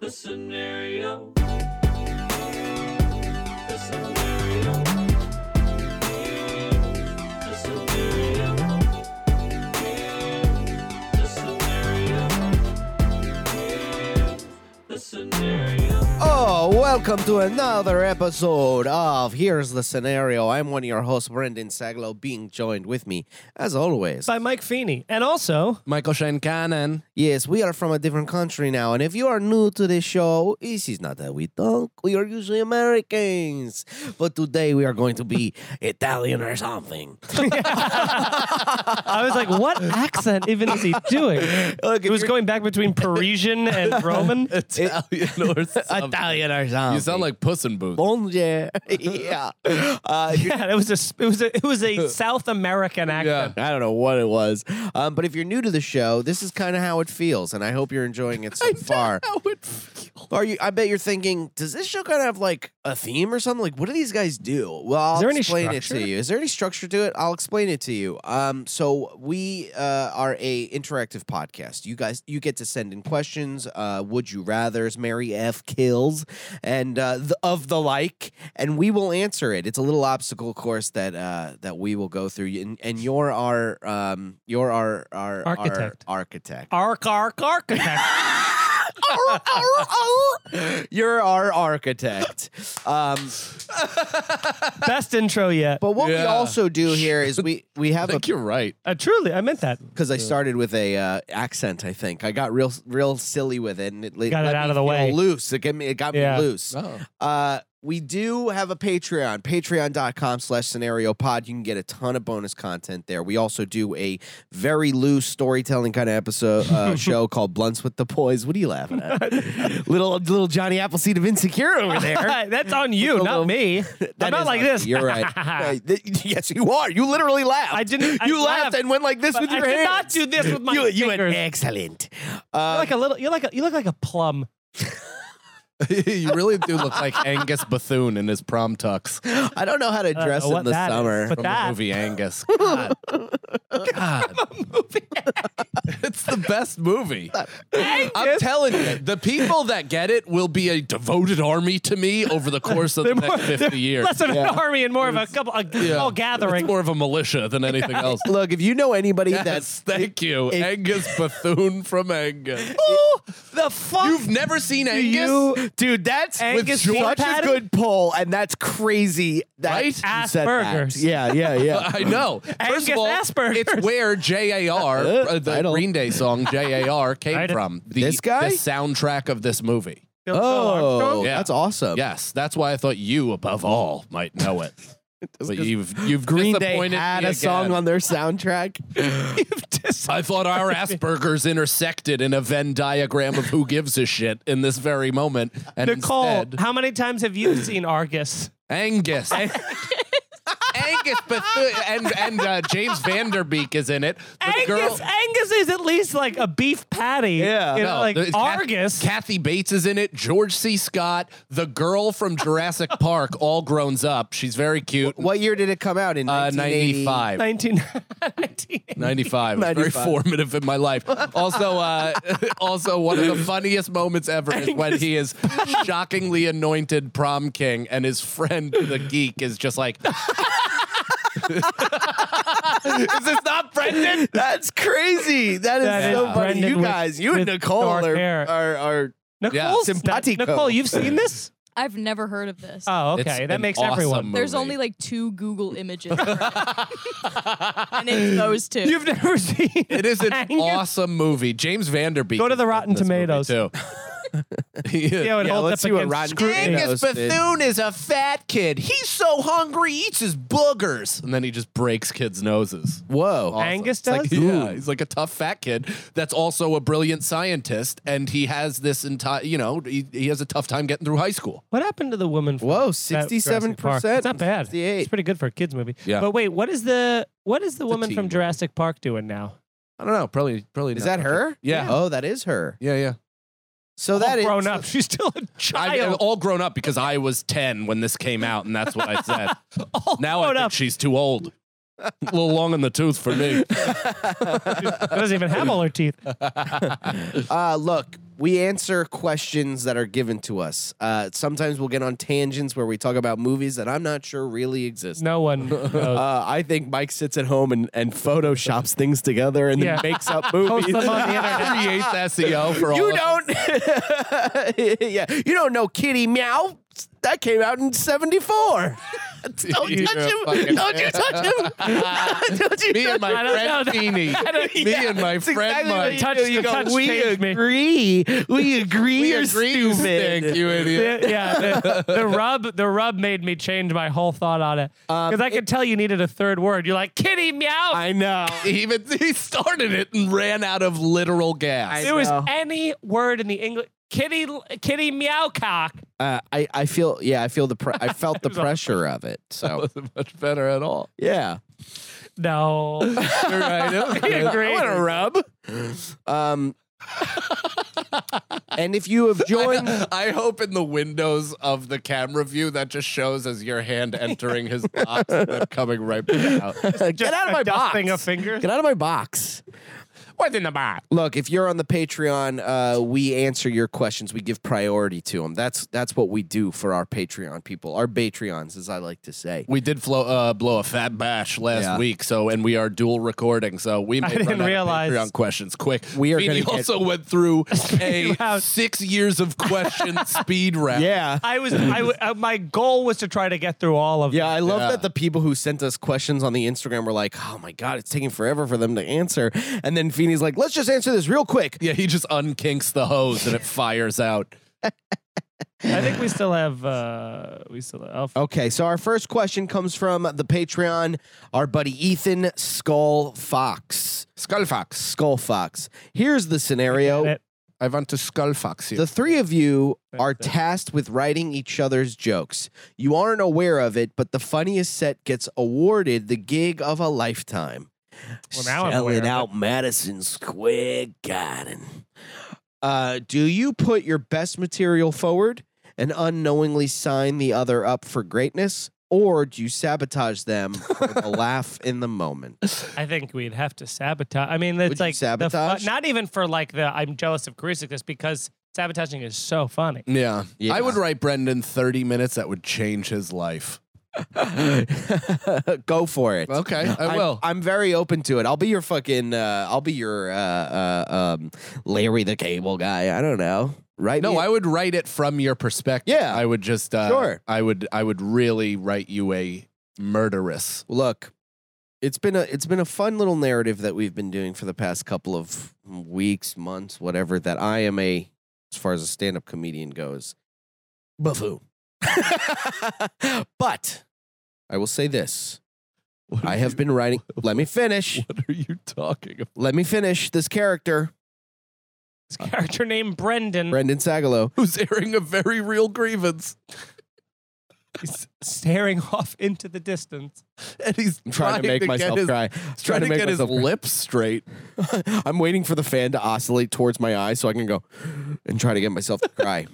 the scenario. Here's the scenario. The scenario. Here's the scenario. Here's the scenario. Here's the scenario. Oh, welcome to another episode of Here's the Scenario. I'm one of your hosts, Brendan Saglow, being joined with me, as always, by Mike Feeney. And also, Michael Shane Cannon. Yes, we are from a different country now, and if you are new to this show, this is not that we talk. We are usually Americans, but today we are going to be Italian or something. I was like, what accent even is he doing? Look, it was going back between Parisian and Roman. Italian or something. Italian or something. You sound like Puss in Boots. Bonjour. yeah. Uh, you're- Yeah, it was a it was a it was a South American accent. I don't know what it was, um, but if you're new to the show, this is kind of how it feels, and I hope you're enjoying it so far. Are you? I bet you're thinking, does this show kind of have like a theme or something? Like, what do these guys do? Well, I'll there any explain it to structure? you. Is there any structure to it? I'll explain it to you. Um, so we uh, are a interactive podcast. You guys, you get to send in questions. Uh, would you rather's, Mary F kills, and uh, the, of the like, and we will answer it. It's a little obstacle course that uh, that we will go through, and, and you're our um, you're our our our Architect. architect. Arc arc architect. You're our architect. Um, Best intro yet. but what we Yeah. also do here is we we I have a think you're right. Uh, truly, I meant that. because I started with a uh, accent. I think I got real real silly with it, and it le- Got it let out me of the feel way. Loose. It got me. It got Yeah. me loose. Uh, we do have a Patreon, patreon.com slash scenario pod. You can get a ton of bonus content there. We also do a very loose storytelling kind of episode uh, show called Blunts with the Boys. What are you laughing at? little little Johnny Appleseed of Insecure over there. That's on you, not me. I'm That not is like on- this. You're right. Uh, th- yes, you are. You literally laughed. I didn't- I you laughed laughed, and went like this but with I your did hands. not do this with my You, you went fingers. excellent. You're like a little. You're like a, you look like a plum. you really do look like Angus Bethune in his prom tux from I don't know how to I don't dress know in what the that is, summer. but the that movie Angus. God. God. it's the best movie. I'm telling you, the people that get it will be a devoted army to me over the course of the They're more- next 50 years. less of an army and more of a couple a small gathering. It's more of a militia than anything else. Look, if you know anybody Yes, that's thank you. it- Angus Bethune from Angus. Oh, the fuck. You've never seen Angus? you- dude, that's Angus with such Peanut a Patty? good poll, and that's crazy. That Right? you said that. Asperger's. Yeah, yeah, yeah. I know. First Angus of all, Asperger's. it's where J.A.R., uh, I the don't- Green Day song J.A.R. I came don't- from. The, This guy? The soundtrack of this movie. Phil oh, Armstrong? Yeah. that's awesome. Yes, that's why I thought you, above all, might know it. but you've you've Green Day disappointed had me a song again. on their soundtrack. I thought our Aspergers intersected in a Venn diagram of who gives a shit in this very moment, and Nicole, instead, how many times have you seen Argus? Angus. Angus Bethune and and uh, James Vanderbeek is in it. The Angus, girl- Angus is at least like a beef patty. Yeah. you know, like the- Kath- Argus. Kathy Bates is in it. George C. Scott, the girl from Jurassic Park, all grown up. She's very cute. what year did it come out in? Uh, 1980? 95. 19, 19. 95. It was Very 95. formative in my life. Also, uh, also one of the funniest moments ever is when he is shockingly anointed prom king, and his friend, the geek, is just like, "Is this not Brendan?" That's crazy. That is That is so funny. Brendan you with- guys, you and with Nicole dark are, hair. are are Nicole's not- Simpatico. Nicole, you've seen this? I've never heard of this. Oh, It's okay. that an makes awesome everyone. movie. There's only like two Google images, for it. and it's those two. You've never seen It is an Angus? awesome movie. James Vanderbeek. Go to is the in Rotten this movie, Tomatoes. too. Yeah, it Yeah, holds let's up see what against Rotten scrutiny. Tomatoes- Angus Toasted. Bethune is a fat kid. He's so hungry, he eats his boogers. And then he just breaks kids' noses. Whoa. Angus It's like- does. yeah, he's like a tough fat kid that's also a brilliant scientist, and he has this entire, you know, he, he has a tough time getting through high school. What happened to the woman? from Whoa, that Jurassic 67%. Park? It's not bad. 68. It's pretty good for a kids movie. Yeah. But wait, what is the what is the a woman teen from movie. Jurassic Park doing now? I don't know. Probably, probably. Is not that much. her? Yeah. Oh, that is her. Yeah, yeah. So that all is grown up. She's still a I, am child. all grown up because I was ten when this came out, and that's what I said. all now I grown think up. she's too old. A little long in the tooth for me. doesn't even have all her teeth. Uh, look, we answer questions that are given to us. Uh, sometimes we'll get on tangents where we talk about movies that I'm not sure really exist. No one. knows. Uh, I think Mike sits at home and, and photoshops things together and Yeah. then makes up movies. Post them on the internet. Creates SEO for all. you of don't, yeah, you don't know Kitty Meow. That came out in '74. Don't You're touch a him! fucking Don't you touch him! Don't you me and my I don't friend know. Feeny. Me and my That's friend exactly what Mike. you Touch- do. You the go, touch we changed me." agree. We agree. We you're agree, you stupid. stink, you idiot. The- yeah, the, the rub the rub made me change my whole thought on it because I could tell you needed a third word. You're like kitty meow. I know. He even he started it and ran out of literal gas. there was know. any word in the English kitty kitty meow cock. Uh, I I feel yeah. I feel the pre- I felt the pressure of it. So wasn't much better at all. yeah. No, You're right. agreed. want a rub. Um. and if you have joined, uh, I hope in the windows of the camera view that just shows as your hand entering his box and then coming right back out. get out of my box. dusting of fingers. Get out of my box. What's in the box? Look, if you're on the Patreon, uh, we answer your questions. We give priority to them. That's that's what we do for our Patreon people, our Patreons, as I like to say. We did flow, uh, blow a fat bash last Yeah. week, so and we are dual recording, so we may didn't run out of realize. Patreon questions quick. We are Feeny gonna get- also went through a Wow. six years of question speed round. Yeah. I was I w- uh, my goal was to try to get through all of Yeah, I love Yeah. that the people who sent us questions on the Instagram were like, "Oh my god, it's taking forever for them to answer." And then Feeney's like, "Let's just answer this real quick." yeah. He just unkinks the hose and it fires out. them. I think we still have uh we still have oh, Okay, so our first question comes from the Patreon, our buddy Ethan Skull Fox. Skullfox. Skull Fox. Here's the scenario: it. I want to Skullfox you. the three of you are tasked with writing each other's jokes. You aren't aware of it, but the funniest set gets awarded the gig of a lifetime. Well, now I'm aware selling of it. out Madison Square Garden. Uh, do you put your best material forward and unknowingly sign the other up for greatness, or do you sabotage them for the laugh in the moment? I think we'd have to sabotage. I mean, it's Would you like the fu- sabotage? not even for like the I'm jealous of Carissa just because sabotaging is so funny. Mm. yeah. Yeah. I would write Brendan 30 minutes that would change his life. Go for it. Okay, I I'm- will. I'm, very open to it. I'll be your fucking. Uh, I'll be your uh, uh, um, Larry the Cable Guy. I don't know. Right? no, I would write it from your perspective. Yeah. I would just uh, Sure. I would I would really write you a murderous. look it's been a it's been a fun little narrative that we've been doing for the past couple of weeks months whatever that i am a as far as a stand-up comedian goes buffoon but i will say this i have been writing let me finish What are you talking about? let me finish this character This character named Brendan brendan sagalow Who's airing a very real grievance is staring off into the distance. and he's i'm trying to make get myself his- cry He's trying, to, make get his myself cry. lips straight. I'm waiting for the fan to oscillate towards my eyes so I can go and try to get myself to cry.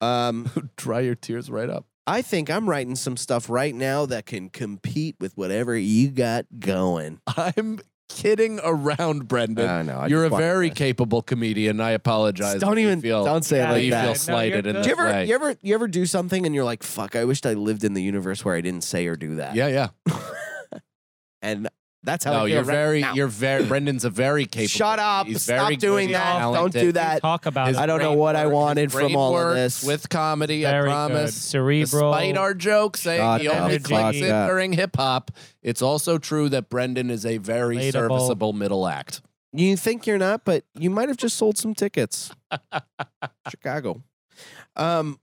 um, Dry your tears right up. I think I'm writing some stuff right now that can compete with whatever you got going. I'm kidding around, Brendan. I know, I You're a just wanted very to- capable comedian. I apologize. Don't if you even- feel, don't say it if like you that. No, feel you're slighted in good. this Do you ever, way. you ever, you ever do something and you're like, "Fuck, I wished I lived in the universe where I didn't say or do that." yeah, yeah. and that's how. I No, feel you're right very, now. you're very. Brendan's a very capable. Shut up! He's Stop very doing good, he's that! talented. Don't do that. Talk about His it. I don't know brain what I works, his wanted from brain all of works this. with comedy. Very I good. promise. Cerebral. Despite our joke saying Shut he the only fuck clicks it up. during hip hop, it's also true that Brendan is a very Relatable. serviceable middle act. You think you're not, but you might have just sold some tickets. Chicago. Um.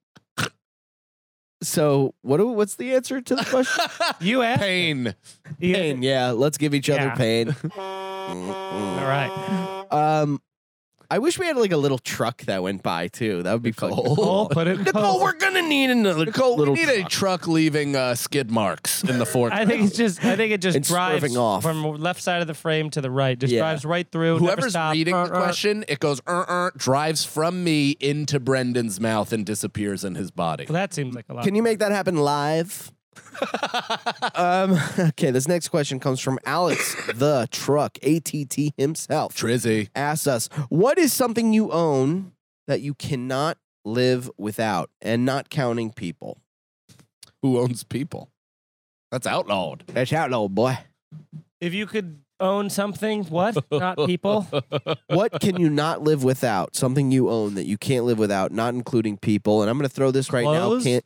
So what? do- What's the answer to the question? You asked. Pain. You- pain. Yeah, let's give each other Yeah. pain. All right. Um, I wish we had like a little truck that went by too. That would be Cole, cool. put it. in Nicole, Cole's. we're gonna need another Nicole, Oh, we little need a truck. truck leaving uh, skid marks in the foreground. I think it's just. I think it just And drives swerving off. from left side of the frame to the right. Just Yeah. drives right through. never Whoever's stops. reading Uh, the uh. question, it goes er, er, drives from me into Brendan's mouth and disappears in his body. Well, that seems like a lot. Can you make that happen live? um, okay, this next question comes from Alex the Truck, ATT himself. Trizzy. asks us, What is something you own that you cannot live without? And not counting people. Who owns people? That's outlawed. That's outlaw, boy. if you could own something, what? Not people. what can you not live without? Something you own that you can't live without, not including people. And I'm going to throw this right Clothes? now. Can't.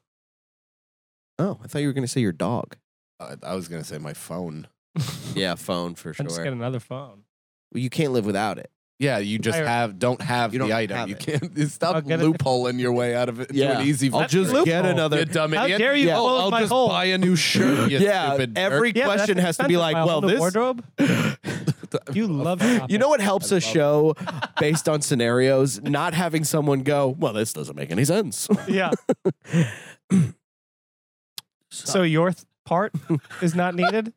Oh, I thought you were going to say your dog. I, I was going to say my phone. Yeah, phone for I'm just get another phone. You can't live without it. Yeah, you just I- have don't have You the don't item. have you it. can't I'll stop get it. loopholing your way out of it. Yeah. Do it easy. I'll for just you. get another- You dumb How idiot. dare you Yeah, close I'll my just hole? buy a new shirt. You stupid every Yeah, but that's question has to be expensive. like, My well, whole this. wardrobe. you love. You know what helps a show based on scenarios? Not having someone go, well, this doesn't make any sense. Yeah. so your th- part is not needed.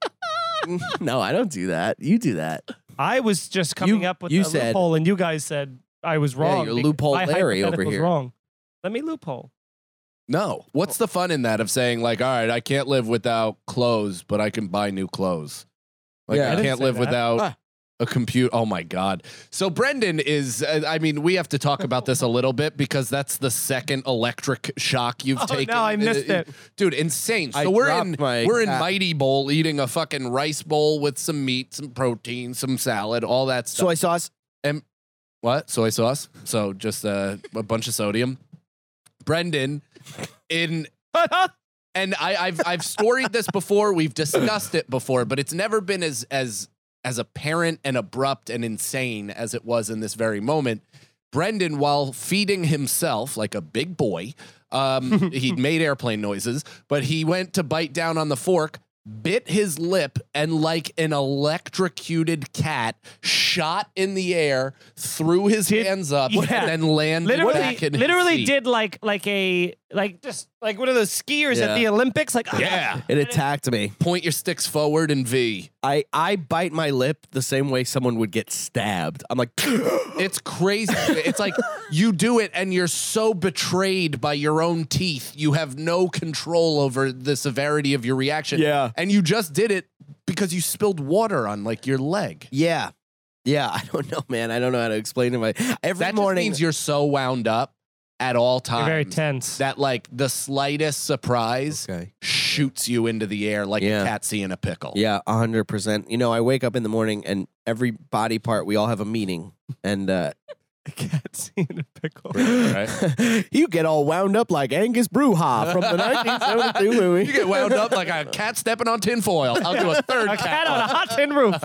no, I don't do that. You do that. I was just coming up with you a said- loophole, and you guys said I was wrong. you're because loophole my Larry over hypothetical's here. Wrong. Let me loophole. No. What's the fun in that of saying like, all right, I can't live without clothes, but I can buy new clothes. Like Yeah. I I, didn't can't say live that. without Ah. a computer. Oh my god. So Brendan is. Uh, I mean, we have to talk about this a little bit because that's the second electric shock you've Oh, taken. Uh, no, I missed it. dude. Insane. So I we're dropped in my we're in hat. Mighty Bowl eating a fucking rice bowl with some meat, some protein, some salad, all that stuff. Soy sauce. What? Soy sauce? So just uh, a bunch of sodium. Brendan, in and I, I've I've storied this before. We've discussed it before, but it's never been as as as apparent and abrupt and insane as it was in this very moment. Brendan, while feeding himself like a big boy, um, he made airplane noises, but he went to bite down on the fork, bit his lip, and like an electrocuted cat, shot in the air, threw his Did- hands up, Yeah. and then landed literally, back in his literally seat. did like like a like just like one of those skiers Yeah. at the Olympics. Like ah. Yeah. It attacked me. Point your sticks forward and V. I I bite my lip the same way someone would get stabbed. I'm like, It's crazy. It's like you do it and you're so betrayed by your own teeth. You have no control over the severity of your reaction. Yeah. And you just did it because you spilled water on like your leg. yeah, yeah. I don't know, man. I don't know how to explain it. My every that morning, just means you're so wound up at all times. You're "Ah, very tense. That like the slightest surprise Okay. shoots you into the air like Yeah. a cat seeing a pickle. yeah, hundred percent. You know, I wake up in the morning and every body part. We all have a meaning, and uh, cat seeing a pickle. Right? you get all wound up like Angus Bruja from the 1972 movie. You get wound up like a cat stepping on tinfoil. I'll do a third A cat. cat on a hot tin roof.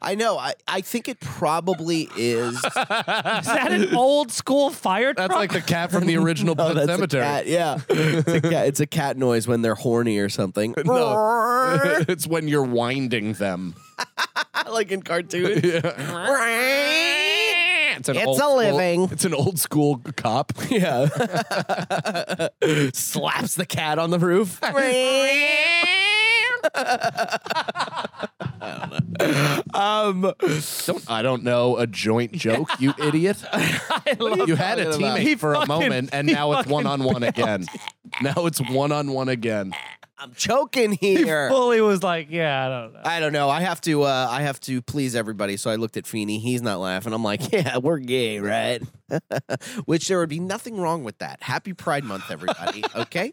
I know. I, I think it probably is. Is that an old school fire truck? That's like the cat from the original Oh, Pet that's Cemetery. a cat. Yeah, it's a cat, it's a cat noise when they're horny or something. it's when you're winding them. like in cartoons. It's, an It's old a school- living. it's an old school cop. Yeah. Slaps the cat on the roof. um, Don't I don't know a joint joke, you idiot. you had a talking about? teammate He for a fucking- moment, and he now it's fucking one on one again. Now it's one on one again. I'm choking here. Fully was like, yeah, I don't know. I don't know. I have to. Uh, I have to please everybody. So I looked at Feeney. He's not laughing. I'm like, yeah, we're gay, right? Which there would be nothing wrong with that. Happy Pride Month, everybody. Okay.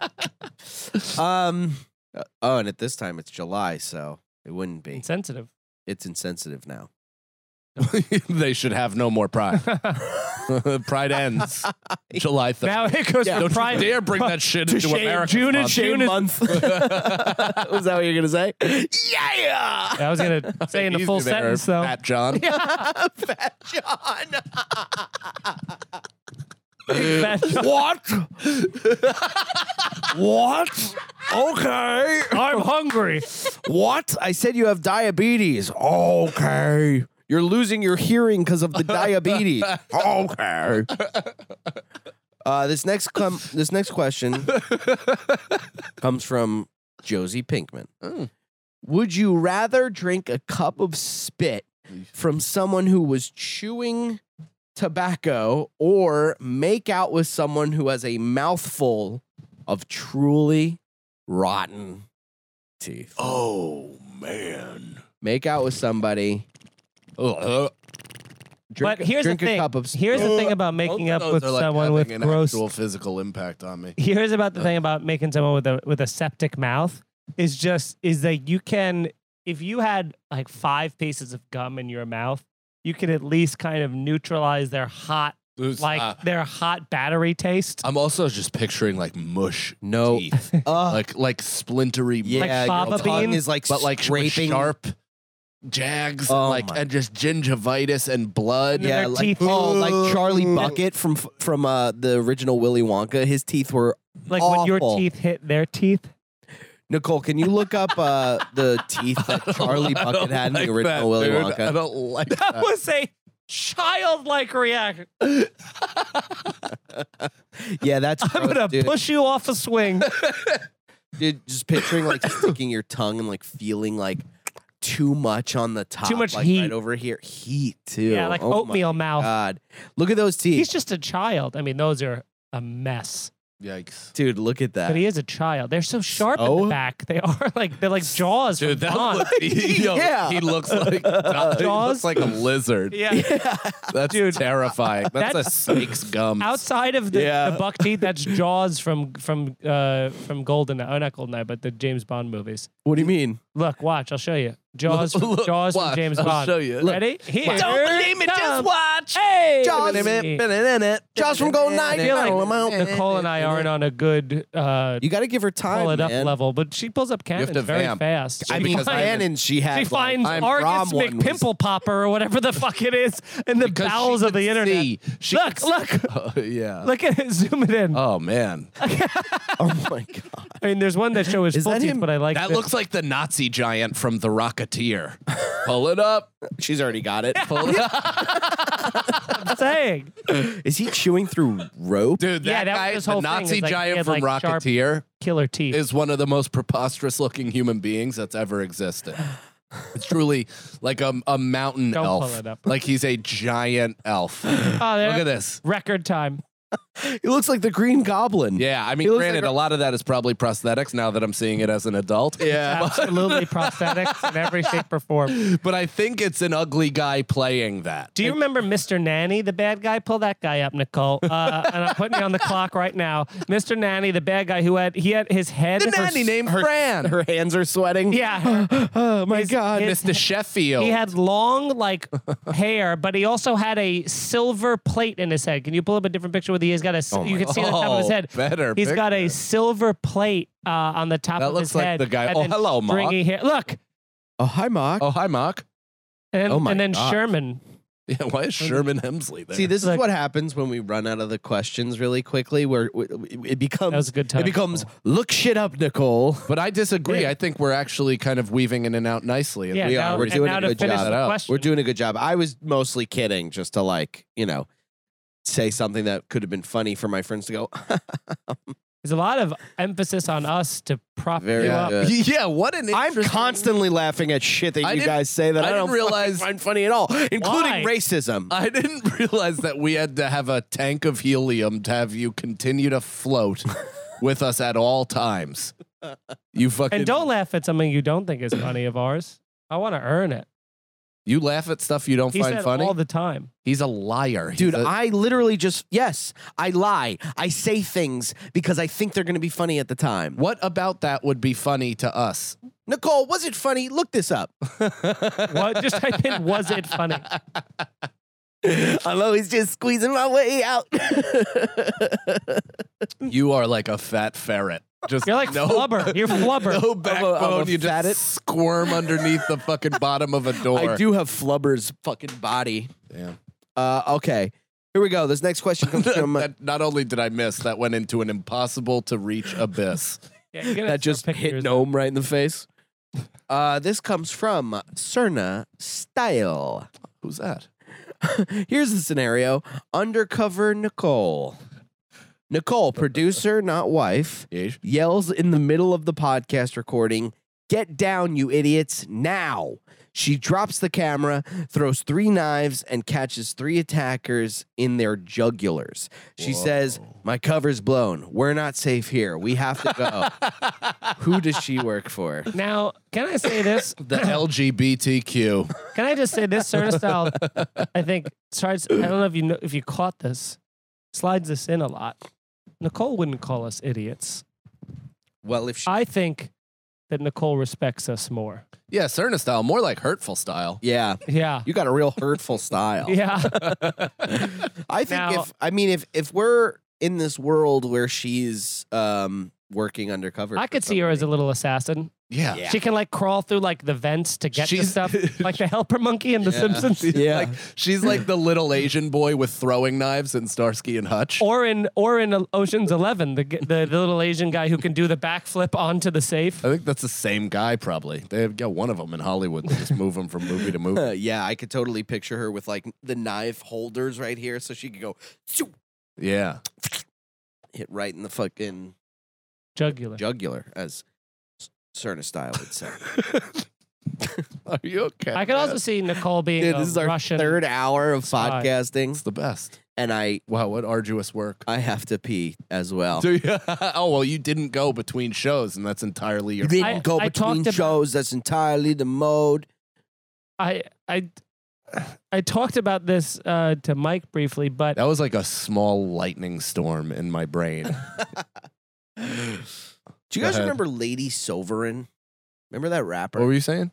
um. uh, Oh, and at this time it's July, so it wouldn't be. Insensitive. It's insensitive now. they should have no more pride. pride ends July 3rd. Now it goes Don't from pride you dare bring that shit into shame. America. June and Bob. June is- month. Was that what you're gonna say? Yeah, I was gonna say in the Easy full there, sentence though. Pat John. John. Fat John. What? what? Okay. I'm hungry. What? I said you have diabetes. Okay. You're losing your hearing because of the diabetes. okay. Uh, this next com- this next question comes from Josie Pinkman. Hmm. Would you rather drink a cup of spit from someone who was chewing tobacco or make out with someone who has a mouthful of truly rotten teeth? Oh man. make out with somebody. Ugh. Drink, but here's drink the thing. A cup of here's the thing about making up Both of those with are, like, someone with having an gross. actual physical impact on me. here's about the thing about making someone with a with a septic mouth is just is that you can if you had like five pieces of gum in your mouth, you can at least kind of neutralize their hot It's, like uh, their hot battery taste. I'm also just picturing like mush No. teeth. Uh, like like splintery mush. Like fava your tongue bean? is like but like with scraping. sharp jags Oh like my- and just gingivitis and blood. Yeah, their like teeth. oh, like Charlie Bucket from from uh, the original Willy Wonka. His teeth were Like when your awful. teeth hit their teeth. Nicole. Can you look up uh, the teeth that Charlie I Bucket don't had in like the original that, Willy dude. I Wonka? don't like That that. was a childlike reaction. Yeah, that's I'm gross, gonna Oh, dude. push you off a swing. Dude, Just picturing like sticking your tongue and like feeling like too much on the top, much like, heat. right over here, heat too. yeah, like Oh my oatmeal mouth. God, look at those teeth, He's just a child. I mean, those are a mess. Yikes. dude. Look at that. But he is a child. They're so sharp in So? the back. They are like they're like jaws Dude, from that Bond. look, he, yo, Yeah. he looks like he Jaws? looks like a lizard. yeah. That's Dude. terrifying. That's, a That's- snake's gum. Outside of the, Yeah. the buck teeth, that's Jaws from from uh from Golden oh not Goldeneye, but the James Bond movies. What do you mean? Look, watch. I'll show you. Jaws, from, Look, Jaws watch, from James I'll Bond. show you. Look. Ready? Here. Don't believe me, just comes- watch. Hey, Jaws. Jaws Jaws from Golden Eye. I feel like Nicole and I aren't on a good uh, You got to give her time, pull it up man. level, but she pulls up cannons to very vamp. fast. I She mean, finds- Cannon, she had. She like, finds I'm Argus from one was- McPimple Popper or whatever the fuck it is in the Because she bowels of could the internet. see- she look, could look, Oh, yeah. look at it. Zoom it in. Oh man, Oh my god! I mean, there's one that shows Is full that teeth, him? but I like that this. looks like the Nazi giant from The Rocketeer. Pull it up. She's already got it. Pull it up. saying. Is he chewing through rope? Dude, that, Yeah, that was guy, his whole the thing, Nazi is, like, he giant had, from like, sharp- Rocketeer, Killer teeth. is one of the most preposterous looking human beings that's ever existed. It's truly like a, a mountain Don't elf. pull it up. Like he's a giant elf. oh, there- Look at this. Record time. He looks like the Green Goblin. Yeah, I mean, He looks granted, like a lot of that is probably prosthetics now that I'm seeing it as an adult. Yeah. Absolutely prosthetics in every shape or form. But I think it's an ugly guy playing that. Do you remember Mr. Nanny, the bad guy? Pull that guy up, Nicole. Uh, and I'm putting you on the clock right now. Mr. Nanny, the bad guy who had he had his head. The for- nanny named Fran. Her hands are sweating. Yeah, Oh my His- god. his- Mr. Sheffield. he had long like hair, but he also had a silver plate in his head. Can you pull up a different picture with he? He's got a. s- you can see the top of his Oh, head. better He's got a picture. silver plate uh, on the top That of looks his like head. the guy- and Oh, then hello, Mark. stringy hair. Look, oh hi, Mark. oh, hi, Mark. and, Oh my and then God. Sherman. Yeah, why is Sherman Hemsley there? See, this Look. is what happens when we run out of the questions really quickly. Where it- it becomes That was a good It time, becomes look shit up, Nicole. but I disagree. Yeah. I think we're actually kind of weaving in and out nicely. and Yeah, we now, are. We're and doing now a to good finish job. the Shout out. question. We're doing a good job. I was mostly kidding, just to like, you know, say something that could have been funny for my friends to go. There's a lot of emphasis on us to prop Very you up. good. Yeah, what an I'm interesting- constantly laughing at shit that I you didn't- guys say that I I, didn't don't realize- realize find funny at all, including Why? racism. I didn't realize that we had to have a tank of helium to have you continue to float with us at all times. You fucking And don't laugh at something you don't think is funny of ours. I want to earn it. You laugh at stuff you don't He find said funny. all the time. He's a liar, He's Dude, a- I literally just yes, I lie. I say things because I think they're going to be funny at the time. what about that would be funny to us? Nicole, was it funny? Look this up. What? Just type in, was it funny? I'm always just squeezing my way out. You are like a fat ferret. Just You're like no, flubber. You're flubber. No backbone. I'm a you just fatted. squirm underneath the fucking bottom of a door. I do have Flubber's fucking body. Damn. Uh, okay, here we go. This next question comes from uh, that, not only did I miss, that went into an impossible to reach abyss. Yeah, you're gonna that throw just hit pictures. Gnome right in the face. Uh, this comes from Cerna Style. Who's that? Here's the scenario Undercover Nicole. Nicole, producer, not wife, Yeesh. yells in the middle of the podcast recording, Get down, you idiots, now. She drops the camera, throws three knives, and catches three attackers in their jugulars. She says, My cover's blown. We're not safe here. We have to go. Who does she work for? Now, can I say this? The LGBTQ. Can I just say this? Certain style, I think, starts. I don't know if you know, if you caught this, slides this in a lot. Nicole wouldn't call us idiots. Well, if she. I think that Nicole respects us more. Yeah, Cerna style, more like hurtful style. yeah. Yeah. You got a real hurtful style. Yeah. I think Now- if I mean if if we're in this world where she's um working undercover, I for could see her as a somebody- little assassin. Yeah. Yeah. She can like crawl through like the vents to get to She's- stuff, like the helper monkey in The Simpsons, Yeah. Like she's like the little Asian boy with throwing knives in Starsky and Hutch. or in or in uh, Ocean's Eleven, the, g- the the little Asian guy who can do the backflip onto the safe. Oh, I think that's the same guy probably. They have got one of them in Hollywood. They just move him from movie to movie. Uh, yeah, I could totally picture her with like the knife holders right here, so she could go shoo, Yeah. hit right in the fucking Jugular. jugular, as Cerna Style would say. Are you okay? I could also see Nicole being Dude, a this is our Russian. third hour of spy. It's podcasting, the best. and I Wow, what arduous work. I have to pee as well. Do you- oh well, you didn't go between shows, and that's entirely your. You didn't I- go I talked between about- shows. That's entirely the mode. I I I talked about this uh, to Mike briefly, but That was like a small lightning storm in my brain. Do you Go guys ahead. remember Lady Sovereign? Remember that rapper? what were you saying?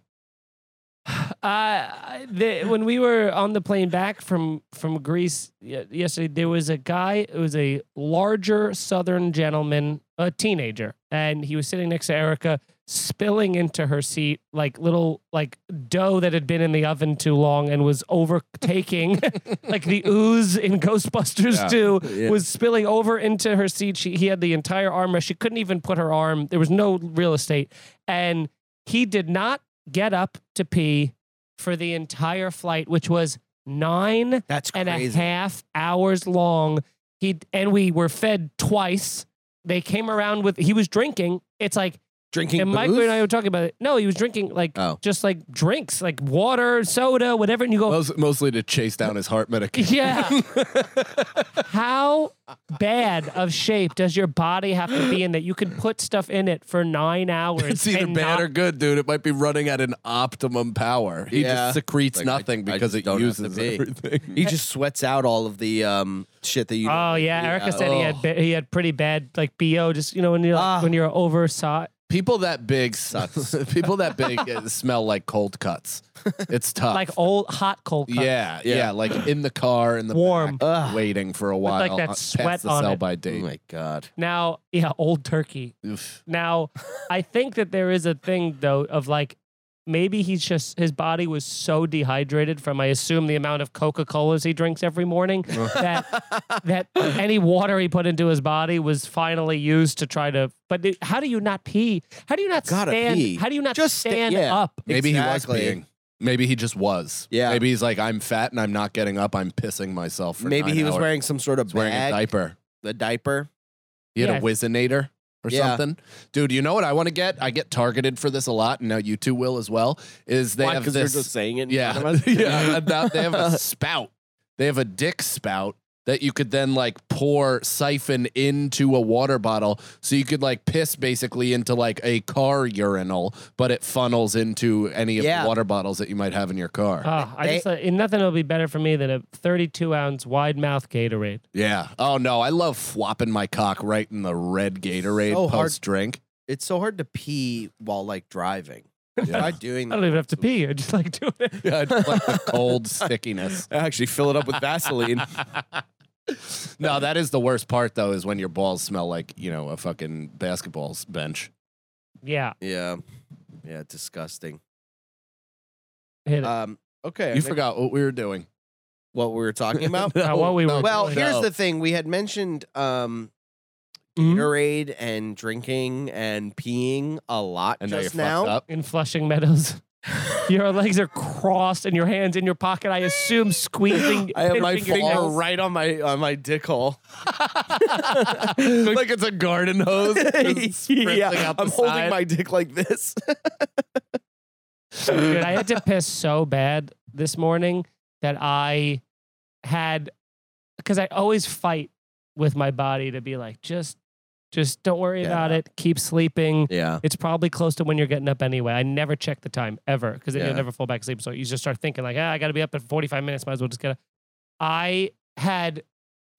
uh, the, when we were on the plane back from from Greece y- yesterday, there was a guy. It was a larger Southern gentleman, a teenager, and he was sitting next to Erica, spilling into her seat like little like dough that had been in the oven too long and was overtaking, like the ooze in Ghostbusters Yeah. Two Yeah. was spilling over into her seat. She he had the entire armrest. She couldn't even put her arm. There was no real estate, and he did not get up to pee for the entire flight, which was nine That's and a crazy. half hours long. He and we were fed twice. They came around with he was drinking. It's like Drinking and Michael booze? and I were talking about it. No, he was drinking like Oh. just like drinks, like water, soda, whatever. And you go, Most, mostly to chase down his heart medication. yeah. How bad of shape does your body have to be in that you can put stuff in it for nine hours? It's either and bad not- or good, dude. It might be running at an optimum power. He Yeah. just secretes Like, I- nothing I because just it don't have to uses be. everything. He just sweats out all of the um, shit that you. oh. Oh yeah, Erica said he had ba- he had pretty bad like bo. Just you know when you're like, Ah. when you're oversized. People that big sucks. People that big uh, smell like cold cuts. It's tough. like old hot cold cuts. yeah, Yeah. yeah, like in the car in the Warm. back, waiting for a while. like, that uh, past sweat the on sell it. by Oh date. my god. Now, yeah, old turkey. Oof. Now, I think that there is a thing though of like maybe he's just his body was so dehydrated from I assume the amount of Coca Colas he drinks every morning that that any water he put into his body was finally used to try to. But it- how do you not pee? How do you not Gotta stand? pee. How do you not Just sta- stand yeah. up? Maybe Exactly. he was peeing. Maybe he just was. Yeah. Maybe he's like, I'm fat and I'm not getting up. I'm pissing myself. For Maybe nine he was hours." wearing some sort of He's wearing bag, a diaper. the diaper. He had Yeah. a Wizinator or Yeah. something. Dude, you know what I want to get? I get targeted for this a lot, and now you two will as well. Is they have you're this? just saying it. in yeah, front of us? yeah. about- they have a spout. They have a dick spout that you could then like pour siphon into a water bottle. So you could like piss basically into like a car urinal, but it funnels into any of Yeah. the water bottles that you might have in your car. Ah, I just thought, and nothing will be better for me than a 32 ounce wide mouth Gatorade. yeah. Oh no, I love flopping my cock right in the red Gatorade So hard. post drink. It's so hard to pee while like driving. Try doing I don't even have to pee. I just like doing it. Yeah, it's like the cold stickiness. Actually, fill it up with Vaseline. No, that is the worst part though, is when your balls smell like, you know, a fucking basketball s- bench. Yeah, Yeah. Yeah, disgusting. hit it. Um okay. I You think forgot what we were doing. what we were talking about? Uh, what we were well, doing. here's No. the thing. We had mentioned um Mhm. Gatorade and drinking and peeing a lot And just now now. you're fucked up. in Flushing Meadows. Your legs are crossed and your hands in your pocket. I assume squeezing. I have your my fingernails. finger right on my on my dick hole. like it's a garden hose. just spritzing yeah, out the I'm holding side. my dick like this. Dude, I had to piss so bad this morning that I had because I always fight with my body to be like, just, just don't worry Yeah. about it. Keep sleeping. Yeah. It's probably close to when you're getting up anyway. I never check the time ever because Yeah. you'll never fall back asleep. So you just start thinking like, ah, I got to be up in 45 minutes. Might as well just get up. I had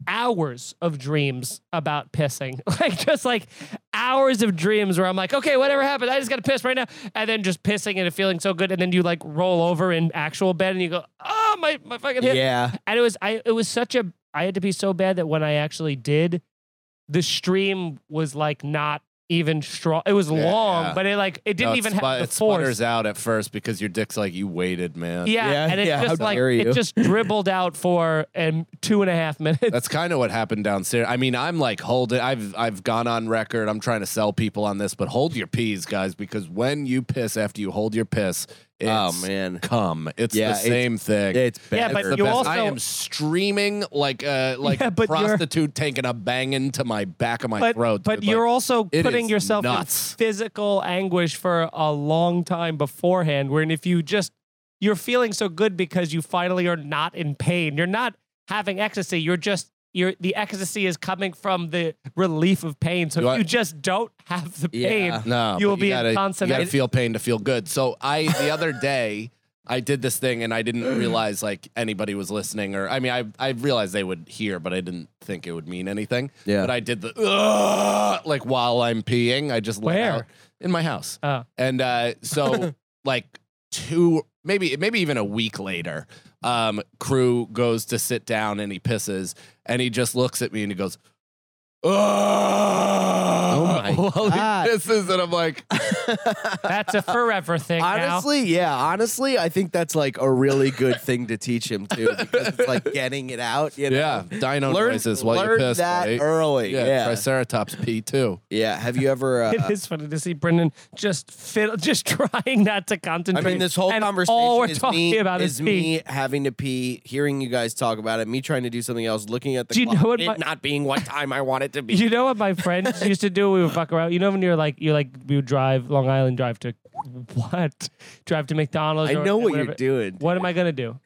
hours of dreams about pissing, like just like hours of dreams where I'm like, okay, whatever happened, I just got to piss right now, and then just pissing and it feeling so good, and then you like roll over in actual bed and you go, oh my my fucking hip, Yeah. and it was I it was such a I had to be so bad that when I actually did, the stream was like not even strong. It was Yeah. long, but it like it didn't No, it even spu- have the it sputters force. out at first because your dick's like you waited, man. Yeah, Yeah, and it yeah, just how like dare you. it just dribbled out for um, two and a half minutes. That's kind of what happened downstairs. I mean, I'm like hold it. I've I've gone on record. I'm trying to sell people on this, but hold your peas, guys, because when you piss after you hold your piss, it's Oh man. come. It's Yeah, the it's- same thing. It's bad. Yeah, but It's the you best. also- I am streaming like a like Yeah, a but you're- prostitute taking a banging to my back of my but throat. but dude. you're Like, also it putting is yourself nuts. in physical anguish for a long time beforehand. Wherein if you just you're feeling so good because you finally are not in pain. You're not having ecstasy. You're just you're the ecstasy is coming from the relief of pain. So Do if I- you just don't have the pain. no, you but will be in gotta, constant- You gotta feel pain to feel good. So I the other day I did this thing and I didn't realize like anybody was listening or I mean I I realized they would hear but I didn't think it would mean anything. Yeah. But I did the "Ugh," like while I'm peeing. I just let Where? out in my house. Oh. And uh, so, like two, maybe maybe even a week later, um, crew goes to sit down and he pisses and he just looks at me and he goes, "Ugh," Oh my while God. he pisses, and I'm like, Oh, That's a forever thing now. Honestly, yeah. Honestly, I think that's like a really good thing to teach him too, because it's like getting it out. You know? yeah, dino learn, noises while you learn piss, that right? early. yeah, Yeah, yeah. Triceratops P two. Have you ever? Uh, It is funny to see Brendan just fiddle, just trying not to I concentrate. mean, this whole and conversation all we're is talking me, about is is, me having to pee, hearing you guys talk about it, me trying to do something else, looking at the Do you clock, know what it my- not being what time I want it to be. You know what my friends used to do? when We would fuck around. You know when you're like you like we would drive Long Island drive to what? Drive to McDonald's. I or know what whatever. you're doing. What am I gonna do?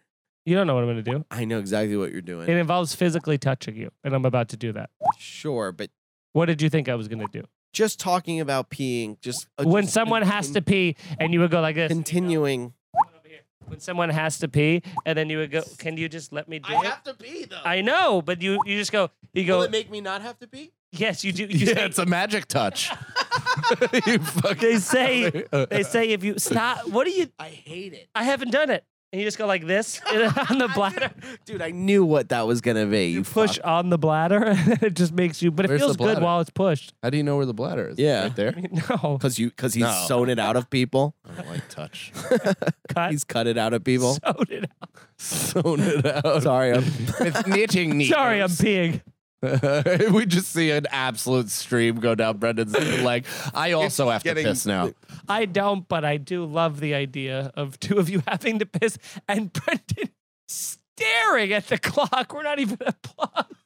You don't know what I'm gonna do. I know exactly what you're doing. It involves physically touching you, and I'm about to do that. sure, but What did you think I was gonna do? just talking about peeing, just uh, When just someone has to pee, and you would go like this. continuing. When someone has to pee, and then you would go, "Can you just let me do it?" to pee though. I know, but you you just go, you go, make me not have to pee? yes, you do. You Yeah, say- it's a magic touch. you fucking they say they say if you stop, what do you? I hate it. I haven't done it, and you just go like this on the bladder. Dude, I knew what that was gonna be. You, You push fuck. on the bladder, and it just makes you. But it Where's the feels good bladder? while it's pushed. How do you know where the bladder is? Yeah. right there. No, Cause you, cause he's No. sewn it out of people. I don't like touch. cut. He's cut it out of people. sewed it up. Sewn it out. Sorry, um, I'm, With knitting needles. Sorry, I'm peeing. we just see an absolute stream go down Brendan's leg. I also have to piss now. I don't, but I do love the idea of two of you having to piss and Brendan staring at the clock. We're not even applauding.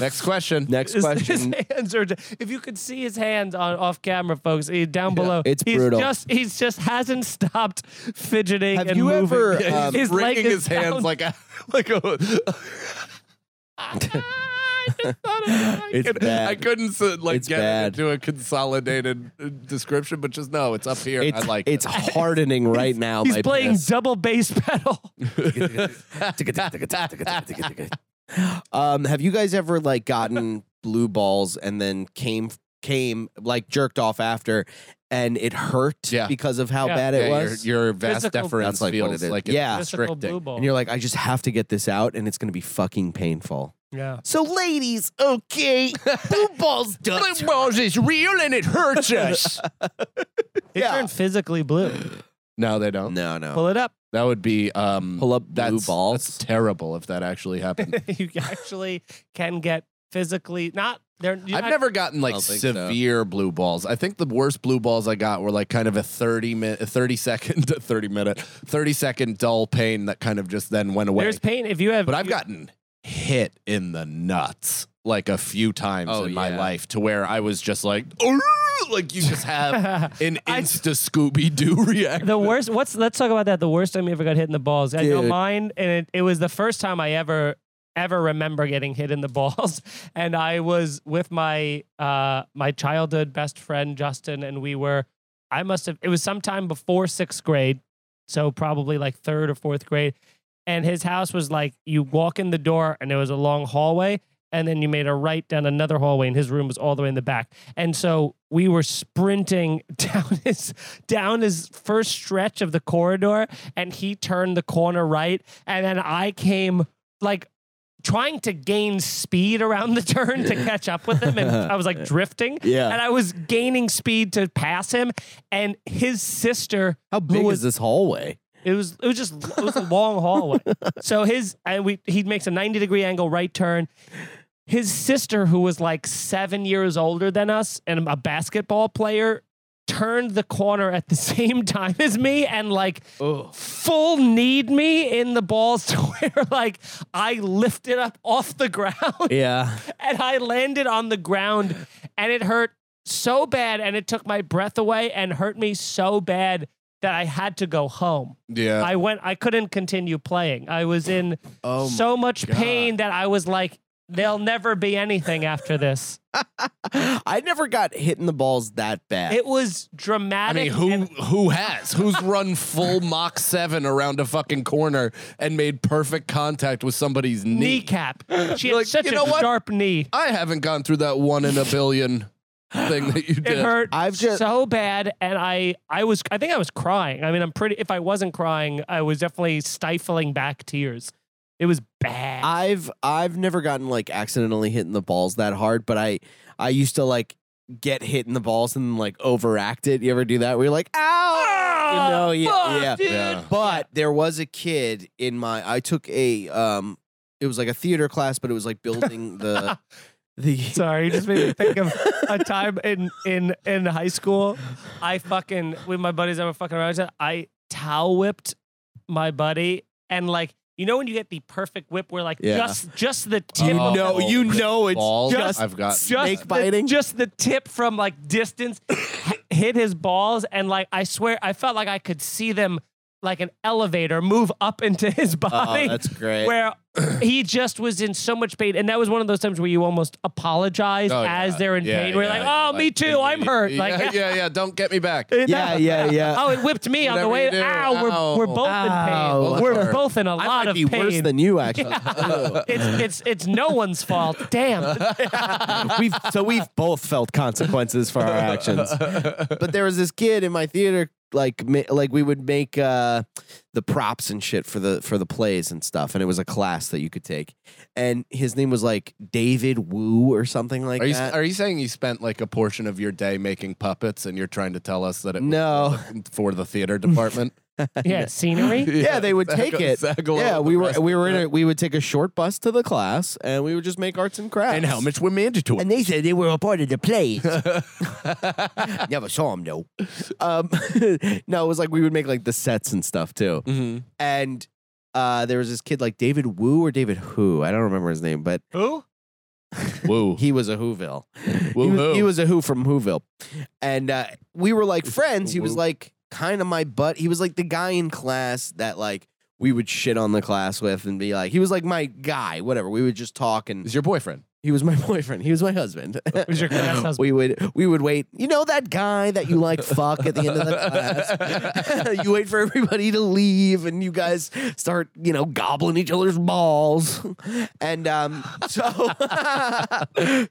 Next question. Next His- question. His hands are. ju- If you could see his hands on off camera, folks, eh, down below, it's he's brutal. Just he's just hasn't stopped fidgeting. Have and you moving. ever, Yeah, um, his leg wringing is his hands down. like a like a. I, It's could, bad. I couldn't uh, like It's get bad. it into a consolidated uh, description, but just no, it's up here. It's, I like it's it. hardening right now. he's my playing penis. double bass pedal. Um, have you guys ever like gotten blue balls and then came came like jerked off after, and it hurt Yeah. because of how Yeah. bad Yeah, it your, was? your vast Physical- deference That's like what feels it is. like Yeah. it's Physical blue restricting. ball. and you're like, I just have to get this out, and it's gonna be fucking painful. yeah. So, ladies, okay, blue balls does. balls is real and it hurts us. They Yeah. turn physically blue. no, they don't. No, no. Pull it up. That would be um, Pull up blue that's, balls. That's terrible if that actually happened. you actually can get physically not. They're, you- I've I- never gotten like don't think so. severe blue balls. I think the worst blue balls I got were like kind of a 30 minute, 30 second, 30 minute, 30 second dull pain that kind of just then went away. There's pain if you have. but I've you- gotten hit in the nuts like a few times Oh, in my yeah. life to where I was just like, "Arr!" like you just have an I- insta Scooby Doo reaction. The worst. What's let's talk about that. The worst time you ever got hit in the balls. I know Dude. mine, and it, it was the first time I ever ever remember getting hit in the balls. And I was with my uh my childhood best friend Justin, and we were. I must have. It was sometime before sixth grade, so probably like third or fourth grade. And his house was like you walk in the door, and there was a long hallway. And then you made a right down another hallway, and his room was all the way in the back. And so we were sprinting down his down his first stretch of the corridor and he turned the corner right and then I came like trying to gain speed around the turn to catch up with him and I was like drifting Yeah. and I was gaining speed to pass him and his sister How who big was is this hallway? it was it was just it was a long hallway. So his and we he makes a 90 degree angle right turn. His sister, who was like seven years older than us and a basketball player, turned the corner at the same time as me and like full kneed me in the balls to where like I lifted up off the ground Yeah, and I landed on the ground and it hurt so bad and it took my breath away and hurt me so bad that I had to go home. Yeah. I went I couldn't continue playing. I was in Oh so much pain that I was like there'll never be anything after this. I never got hit in the balls that bad. It was I mean, dramatic. who and- who has? Who's run full Mach seven around a fucking corner and made perfect contact with somebody's knee? kneecap? She had You're like, such "You a know what? sharp knee. I haven't gone through that one in a billion thing that you It did. hurt I've just- so bad, and I I was I think I was crying. I mean, I'm pretty. If I wasn't crying, I was definitely stifling back tears. It was bad. I've I've never gotten like accidentally hit in the balls that hard, but I I used to like get hit in the balls and like overact it. You ever do that? Where you're like, ow, you know, Ah, yeah, yeah. Yeah. But there was a kid in my. I took a um, it was like a theater class, but it was like building the the. Sorry, you just made me think of a time in in in high school. I fucking with my buddies. I were fucking around. I towel whipped my buddy, and like you know when you get the perfect whip, where like Yeah. just just the tip. Oh, of the- know- you know it's balls. just- I've got just snake the- biting? just the tip from like distance h- hit his balls, and like I swear, I felt like I could see them like an elevator move up into his body. Uh-uh, that's great. Where he just was in so much pain, and that was one of those times where you almost apologize Oh, as yeah. they're in Yeah, pain. We're yeah, like, yeah, oh, me too, I'm hurt. Yeah, Like, yeah, yeah. Don't get me back. yeah, yeah, yeah. Oh, it whipped me on the Whatever way. you do, Ow, ow. we're, we're both Ow. in pain. We're Whatever. both in a I lot might of be pain. worse than you, actually. it's it's it's no one's fault. Damn. we've so we've both felt consequences for our actions. But there was this kid in my theater, like ma- like we would make uh, the props and shit for the for the plays and stuff, and it was a class that you could take. And his name was like David Wu or something like Are you, that. are you saying you spent like a portion of your day making puppets and you're trying to tell us that it was No. for the- for the theater department? Yeah, scenery. yeah, they would take Zag- it. zag along Yeah, with we the were rest we of were in the- a, we would take a short bus to the class, and we would just make arts and crafts. And helmets were mandatory. And they said they were a part of the play. Never saw him, no. Mm-hmm. Um, no, it was like we would make like the sets and stuff too. And uh, there was this kid like David Wu or David Who. I don't remember his name, but Who? Woo. he was a Whoville. He Woo-hoo. was, he was a Who from Whoville. And uh, we were like friends. He was like kind of my butt. He was like the guy in class that like we would shit on the class with and be like, he was like my guy, whatever. We would just talk and Is your boyfriend? Oh, he was my boyfriend. He was my husband. Was your class husband? we would we would wait. You know that guy that you like fuck at the end of the class. you wait for everybody to leave, and you guys start you know gobbling each other's balls. and um, so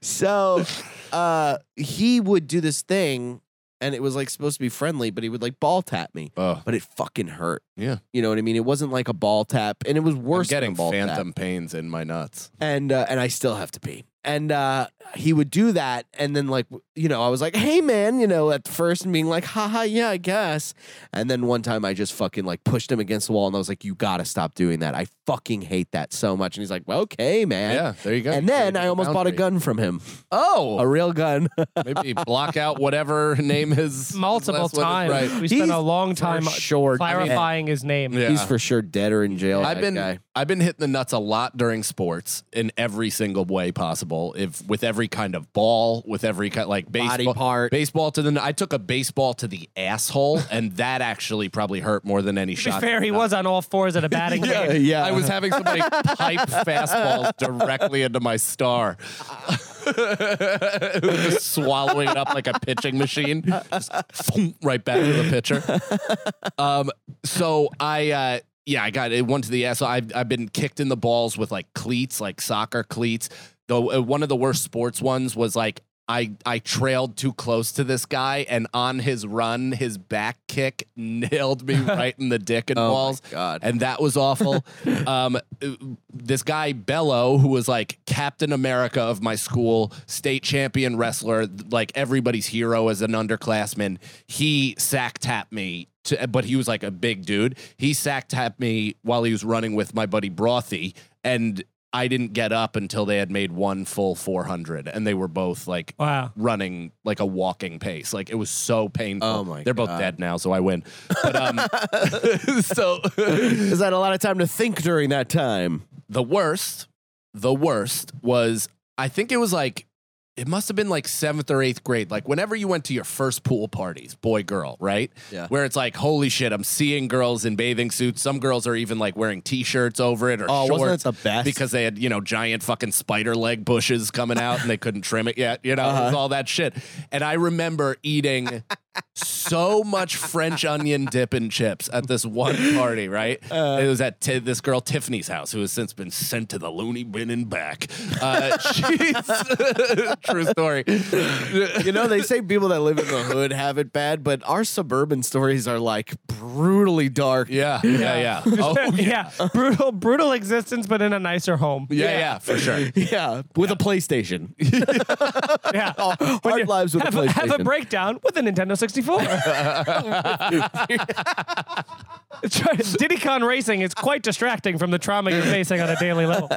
so uh, he would do this thing, and it was like supposed to be friendly, but he would like ball tap me. Oh, But it fucking hurt. yeah. You know what I mean? It wasn't like a ball tap, and it was We're worse. getting than a ball tap phantom pains in my nuts. and uh, and I still have to pee. And uh, he would do that, and then like w- you know, I was like, "Hey man," you know, at first, and being like, "Haha, yeah, I guess." And then one time, I just fucking like pushed him against the wall, and I was like, "You gotta stop doing that. I fucking hate that so much." And he's like, well, "Okay, man." Yeah, there you go. And then Created I a almost bought a boundary. gun from him, a Oh, real gun. maybe block out whatever name is Multiple times. Right. We spent He's a long time sure dead. clarifying his name. Yeah. He's for sure dead or in jail. I've that been guy. I've been hitting the nuts a lot during sports in every single way possible. If with every kind of ball, with every kind like baseball part. baseball to the n- I took a baseball to the asshole, and that actually probably hurt more than any To be shot. fair, he was on all fours at a batting Yeah, cage. yeah. I was having somebody pipe fastballs directly into my star. It was just swallowing it up like a pitching machine, Just boom, right back to the pitcher. Um, so I, uh, yeah, I got it. One to the ass. So I've I've been kicked in the balls with like cleats, like soccer cleats. Though uh, one of the worst sports ones was like. I, I trailed too close to this guy, and on his run, his back kick nailed me right in the dick and Oh my balls. God. And that was awful. um, this guy, Bello, who was like Captain America of my school, state champion wrestler, like everybody's hero as an underclassman, he sack tapped me. To, but he was like a big dude. He sack tapped me while he was running with my buddy Brothy. And I didn't get up until they had made one full 400. And they were both like Wow. running like a walking pace. Like it was so painful. Oh my They're both God. dead now, so I win. But, um, so Is that a lot of time to think during that time? the worst, the worst was I think it was like it must have been like seventh or eighth grade, like whenever you went to your first pool parties, boy girl, right? Yeah. Where it's like, holy shit, I'm seeing girls in bathing suits. Some girls are even like wearing t-shirts over it or Oh, shorts wasn't that the best? because they had you know giant fucking spider leg bushes coming out and they couldn't trim it yet. You know, it Uh-huh. was all that shit. And I remember eating so much French onion dip and chips at this one party, right? Uh. it was at Ti- this girl Tiffany's house, who has since been sent to the loony bin and back. Uh, she's true story. you know, they say people that live in the hood have it bad, but our suburban stories are like brutally dark. Yeah, yeah, yeah. Oh, yeah. Brutal, brutal existence, but in a nicer home. yeah, yeah, for sure. Yeah, with a PlayStation. Yeah. Oh, Hard lives with have, a PlayStation. have a breakdown with a Nintendo 64. Try- Diddy Con Racing is quite distracting from the trauma you're facing on a daily level.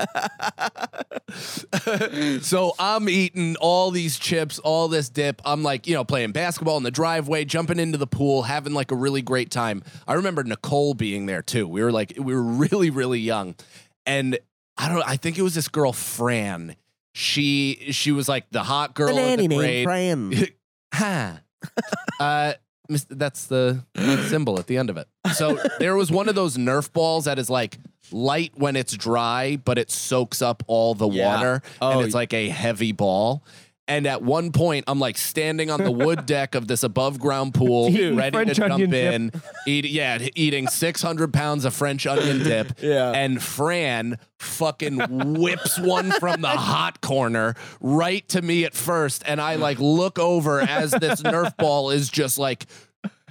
So I'm eating all these chips, all this dip. I'm like, you know, playing basketball in the driveway, jumping into the pool, having like a really great time. I remember Nicole being there too. We were like, we were really, really young. And I don't I think it was this girl, Fran. She she was like the hot girl in the grade. Ha. uh, mis- that's the symbol at the end of it. So there was one of those Nerf balls that is like light when it's dry, but it soaks up all the Yeah. water, Oh, and it's like a heavy ball. And at one point, I'm like standing on the wood deck of this above ground pool, Dude, ready French to jump onion dip. in, eat, yeah, eating 600 pounds of French onion dip. Yeah. And Fran fucking whips one from the hot corner right to me at first. And I like look over as this Nerf ball is just like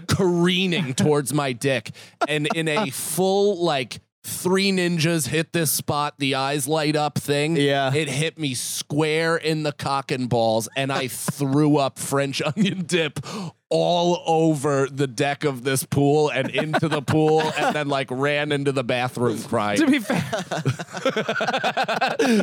careening towards my dick. And in a full, like, three ninjas hit this spot, the eyes light up thing. Yeah. It hit me square in the cock and balls, and I threw up French onion dip all over the deck of this pool and into the pool and then like ran into the bathroom To crying. be fair,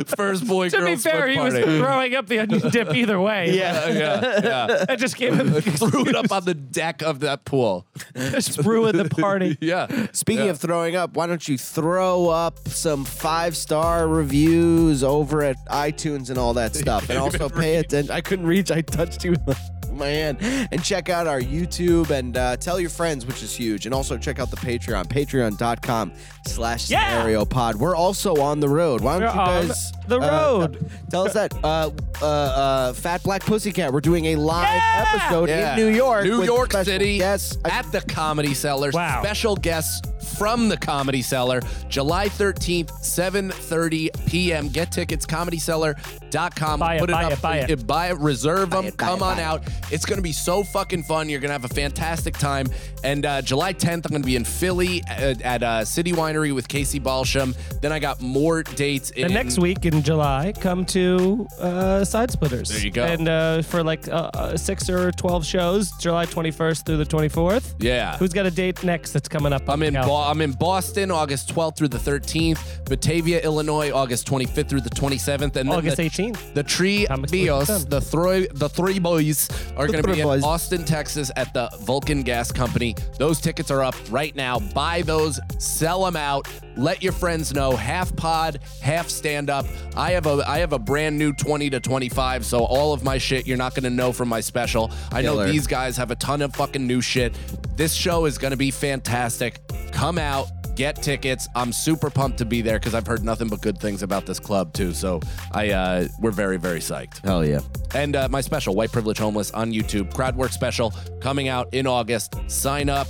First boy, to girl be fair, split he was party. throwing up the onion dip either way. Yeah, yeah, yeah. I just gave him Threw it up on the deck of that pool. just ruined the party. Yeah. Speaking Yeah. of throwing up, why don't you throw up some five star reviews over at iTunes and all that stuff? And also pay attention. I couldn't reach. I touched you with my hand. And check out our YouTube and uh, tell your friends, which is huge. And also check out the Patreon, patreon.com slash Yeah. scenario pod. We're also on the road. Why don't We're you on guys the uh, road. tell us that uh, uh, uh, Fat Black Pussycat. We're doing a live Yeah. episode Yeah. in New York. New with York special City. guests. I- At the Comedy Cellar. Wow. Special guests from the Comedy Cellar. July 13th, 7.30 p.m. Get tickets, comedycellar.com. Buy it, Put it buy up. it, buy it. Buy it. Reserve them. it, buy Come it, on buy it. out. It's going to be so fucking fun. You're going to have a fantastic time. And uh, July 10th, I'm going to be in Philly at, at uh, City Winery with Casey Balsham. Then I got more dates. The in, next week in July, come to uh, Side Splitters. There you go. And uh, for like uh, uh, six or 12 shows, July 21st through the 24th. Yeah. Who's got a date next that's coming up? on I'm the in calendar? Bo- I'm in Boston, August 12th through the 13th. Batavia, Illinois, August 25th through the 27th, and then August the, 18th. The Tree I'm excited for Bios, them. the three, the three boys are going to three be in boys. Austin, Texas, at the Vulcan Gas Company. Those tickets are up right now. Buy those, sell them out. Let your friends know. Half pod, half stand up. I have a I have a brand new 20 to 25, so all of my shit you're not going to know from my special. I know Killer. these guys have a ton of fucking new shit. This show is going to be fantastic. Come out, get tickets. I'm super pumped to be there because I've heard nothing but good things about this club too. So I uh, we're very very psyched. Hell yeah. And uh, my special, White Privilege Homeless, on YouTube, crowd work special coming out in August. Sign up,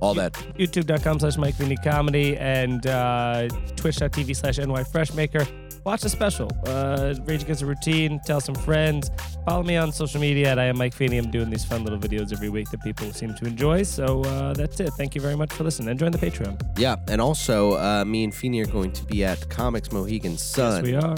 all that. youtube.com slash Mike Vinny Comedy and uh, twitch.tv slash NY Freshmaker. Watch the special. Uh, Rage Against the Routine. Tell some friends. Follow me on social media at I am Mike Feeney. I'm doing these fun little videos every week that people seem to enjoy. So uh, that's it. Thank you very much for listening and join the Patreon. Yeah, and also uh, me and Feeney are going to be at Comics Mohegan Sun. We are.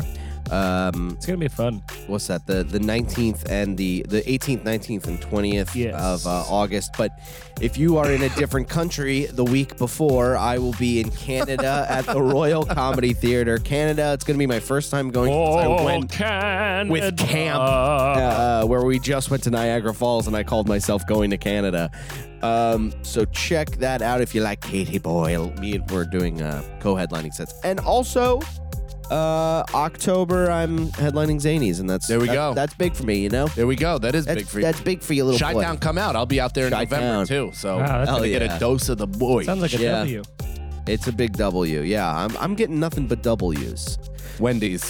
Um, It's gonna be fun. what's that? The the nineteenth and the the eighteenth, nineteenth, and twentieth Yes. of uh, August. But if you are in a different country, the week before, I will be in Canada at the Royal Comedy Theater, Canada. It's going to be my first time going. since I went Canada. with camp, uh, where we just went to Niagara Falls, and I called myself going to Canada. Um, so check that out if you like Katie Boyle. Me and we're doing uh, co-headlining sets, and also uh, October I'm headlining Zanies, and that's There we that- go. That's big for me, you know. There we go. That is That's big for you. that's big for you, little Shy boy. Town, come out. I'll be out there in Chi November Town. too. So Wow, that's I'm gonna hell get a yeah. dose of the boy. Sounds like a Yeah. W. It's a big W. Yeah, I'm I'm getting nothing but W's. Wendy's.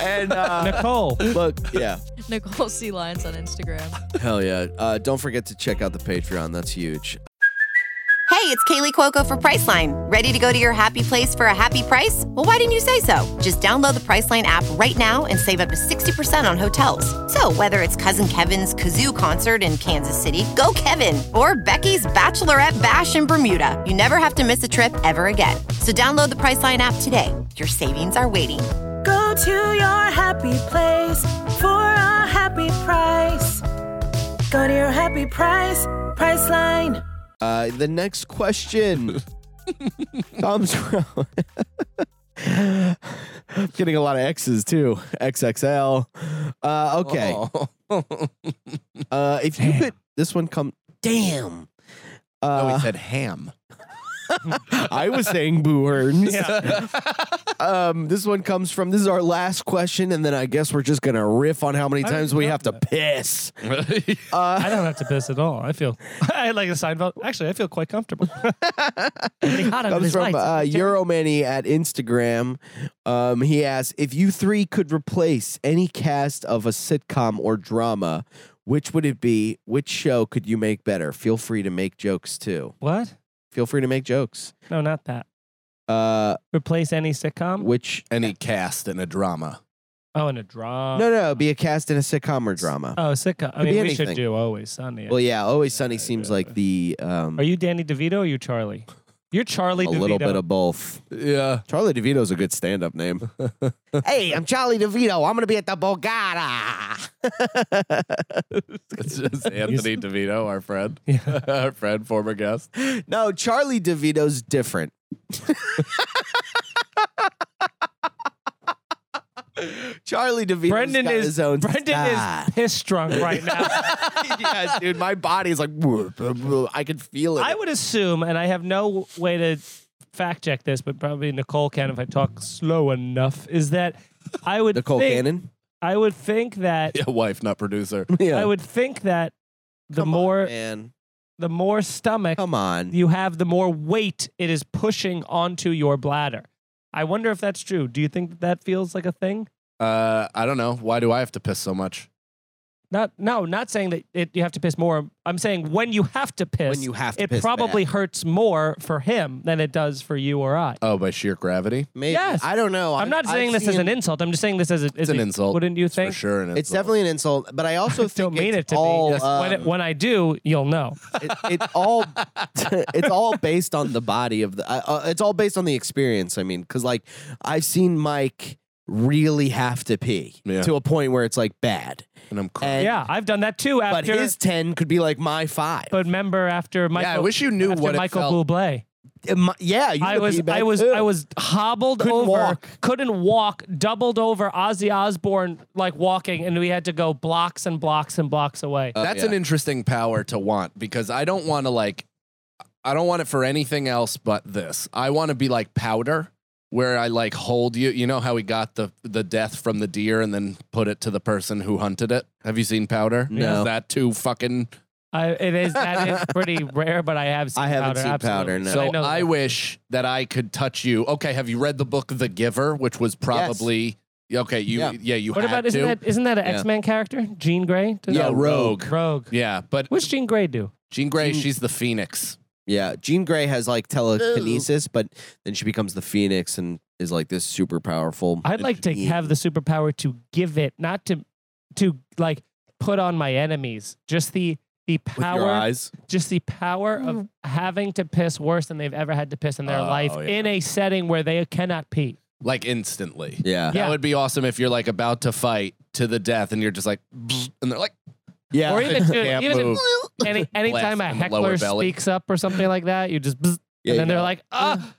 And uh, Nicole. look, yeah. Nicole C. Lyons on Instagram. Hell yeah. Uh, don't forget to check out the Patreon. That's huge. Hey, it's Kaylee Cuoco for Priceline. Ready to go to your happy place for a happy price? Well, why didn't you say so? Just download the Priceline app right now and save up to 60% on hotels. So, whether it's Cousin Kevin's Kazoo concert in Kansas City, go Kevin, or Becky's Bachelorette Bash in Bermuda, you never have to miss a trip ever again. So, download the Priceline app today. Your savings are waiting. Go to your happy place for a happy price. Go to your happy price, price line. Uh, the next question comes from. Getting a lot of X's too. XXL. Uh, okay. Oh. Uh, if you could, this one come. Damn. no, Uh, he said ham. I was saying boo earns. Yeah. Um, this one comes from. This is our last question, and then I guess we're just gonna riff on how many I times we love have to that. piss. I don't have to piss at all. I feel I like a Seinfeld. Actually, I feel quite comfortable. Pretty hot under comes these from lights. uh, Euromany at Instagram. Um, he asks if you three could replace any cast of a sitcom or drama, which would it be? Which show could you make better? Feel free to make jokes too. What? Feel free to make jokes. No, not that. Uh, Replace any sitcom? which Any cast in a drama. oh, and a drama. no, no, be a cast in a sitcom or drama. Oh, sitcom. I Could be mean, we should anything. do Always Sunny. well, yeah, Always Sunny Yeah, seems yeah. like the. Um, Are you Danny DeVito or are you Charlie? You're Charlie a DeVito. little bit of both. Yeah. Charlie DeVito's a good stand up name. hey, I'm Charlie DeVito. I'm going to be at the Borgata. It's just Anthony DeVito, our friend, our friend, former guest. No, Charlie DeVito's different. Charlie DeVito. Brendan got is his own Brendan style. is piss drunk right now. yes, dude. My body's like, I can feel it. I would assume, and I have no way to fact check this, but probably Nicole can if I talk slow enough. Is that I would Nicole think, Cannon. I would think that Yeah, wife, not producer. Yeah. I would think that the Come on, more man. the more stomach Come on. you have, the more weight it is pushing onto your bladder. I wonder if that's true. Do you think that that feels like a thing? Uh, I don't know. Why do I have to piss so much? Not no, not saying that it, you have to piss more. I'm saying when you have to piss, you have to it piss probably bad. hurts more for him than it does for you or I. Oh, by sheer gravity. Maybe. Yes. I don't know. I'm not saying this as an insult. I'm just saying this as a, It's an insult. Wouldn't you It's think? For sure, an It's insult. definitely an insult, but I also think Don't mean it's it to all, me. when, it- um, when I do, you'll know. it, it all it's all based on the body of the uh, uh, it's all based on the experience i mean because like i've seen mike really have to pee Yeah. to a point where it's like bad And I'm crying. and yeah, I've done that too. but After, his 10 could be like my five but remember after Michael. yeah, I wish you knew after what Michael it felt. Bublé. Uh, my- yeah you I could was, pee back I was, too. I was hobbled Couldn't over, walk. couldn't walk, doubled over Ozzy Osbourne like walking, and we had to go blocks and blocks and blocks away. That's Uh, yeah. an interesting power to want because I don't want to like, I don't want it for anything else but this. I want to be like powder, where I like hold you. You know how we got the the death from the deer and then put it to the person who hunted it. Have you seen powder? No. Is that too fucking? I, it is that is pretty rare, but I have seen I haven't powder. seen absolutely. powder, no. And So I, know I, that. wish that I could touch you. Okay, have you read the book The Giver, which was probably okay? You Yeah. yeah, you What had about to. isn't that isn't that an Yeah. X Men character? Jean Grey? Does Yeah, that- Rogue. Rogue. yeah, but What's Jean Grey do? Jean Grey, she's the phoenix. yeah jean gray has like telekinesis but then she becomes the phoenix and is like this super powerful I'd like to being. have the superpower to give it, not to to like put on my enemies. Just the the with power, your eyes. just the power of having to piss worse than they've ever had to piss in their Oh, life yeah. in a setting where they cannot pee. Like instantly. yeah Yeah. That would be awesome if you're like about to fight to the death and you're just like, "Bzz," and they're like, yeah Or even, dude, Can't even move. any anytime a Blast in the lower heckler belly. speaks up or something like that, you just bzz, Yeah, and then you they're know. like, ah,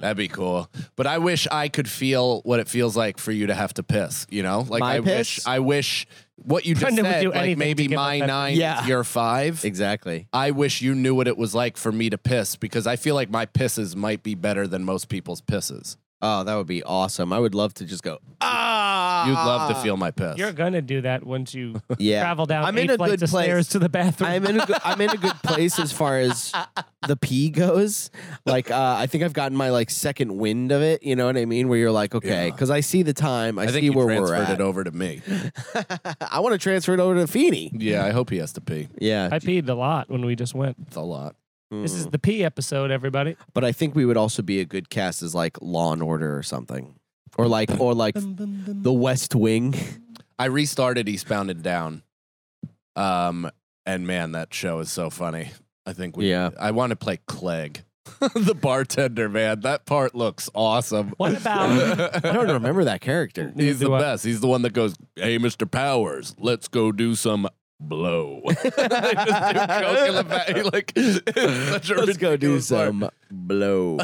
that'd be cool. But I wish I could feel what it feels like for you to have to piss, you know? Like, My I piss? wish, I wish what you just Brendan would said, do anything like to maybe give my up that- nine, Yeah. your five. exactly I wish you knew what it was like for me to piss because I feel like my pisses might be better than most people's pisses. oh that would be awesome i would love to just go ah You'd love to feel my piss. you're gonna do that once you Yeah. travel down I'm eight in a flights good of place. stairs to the bathroom. I'm in a good, I'm in a good place as far as the pee goes. Like uh, I think I've gotten my like second wind of it. You know what I mean? Where you're like, okay, because I see the time, I, I see think you where we're transferred at. it over to me. I want to transfer it over to Feeney. Yeah, I hope he has to pee. Yeah, I peed a lot when we just went. It's a lot. This is the pee episode, everybody. but I think we would also be a good cast as like Law and Order or something, or like or like The West Wing. I restarted Eastbound and Down. Um, and man, that show is so funny. I think we. Yeah. I want to play Clegg, the bartender. Man, that part looks awesome. What about I don't remember that character. He's the Do I- best. He's the one that goes, "Hey, Mister Powers, let's go do some." Blow. They just do coke in the back, like, it's such a Let's go do ridiculous part. some blow.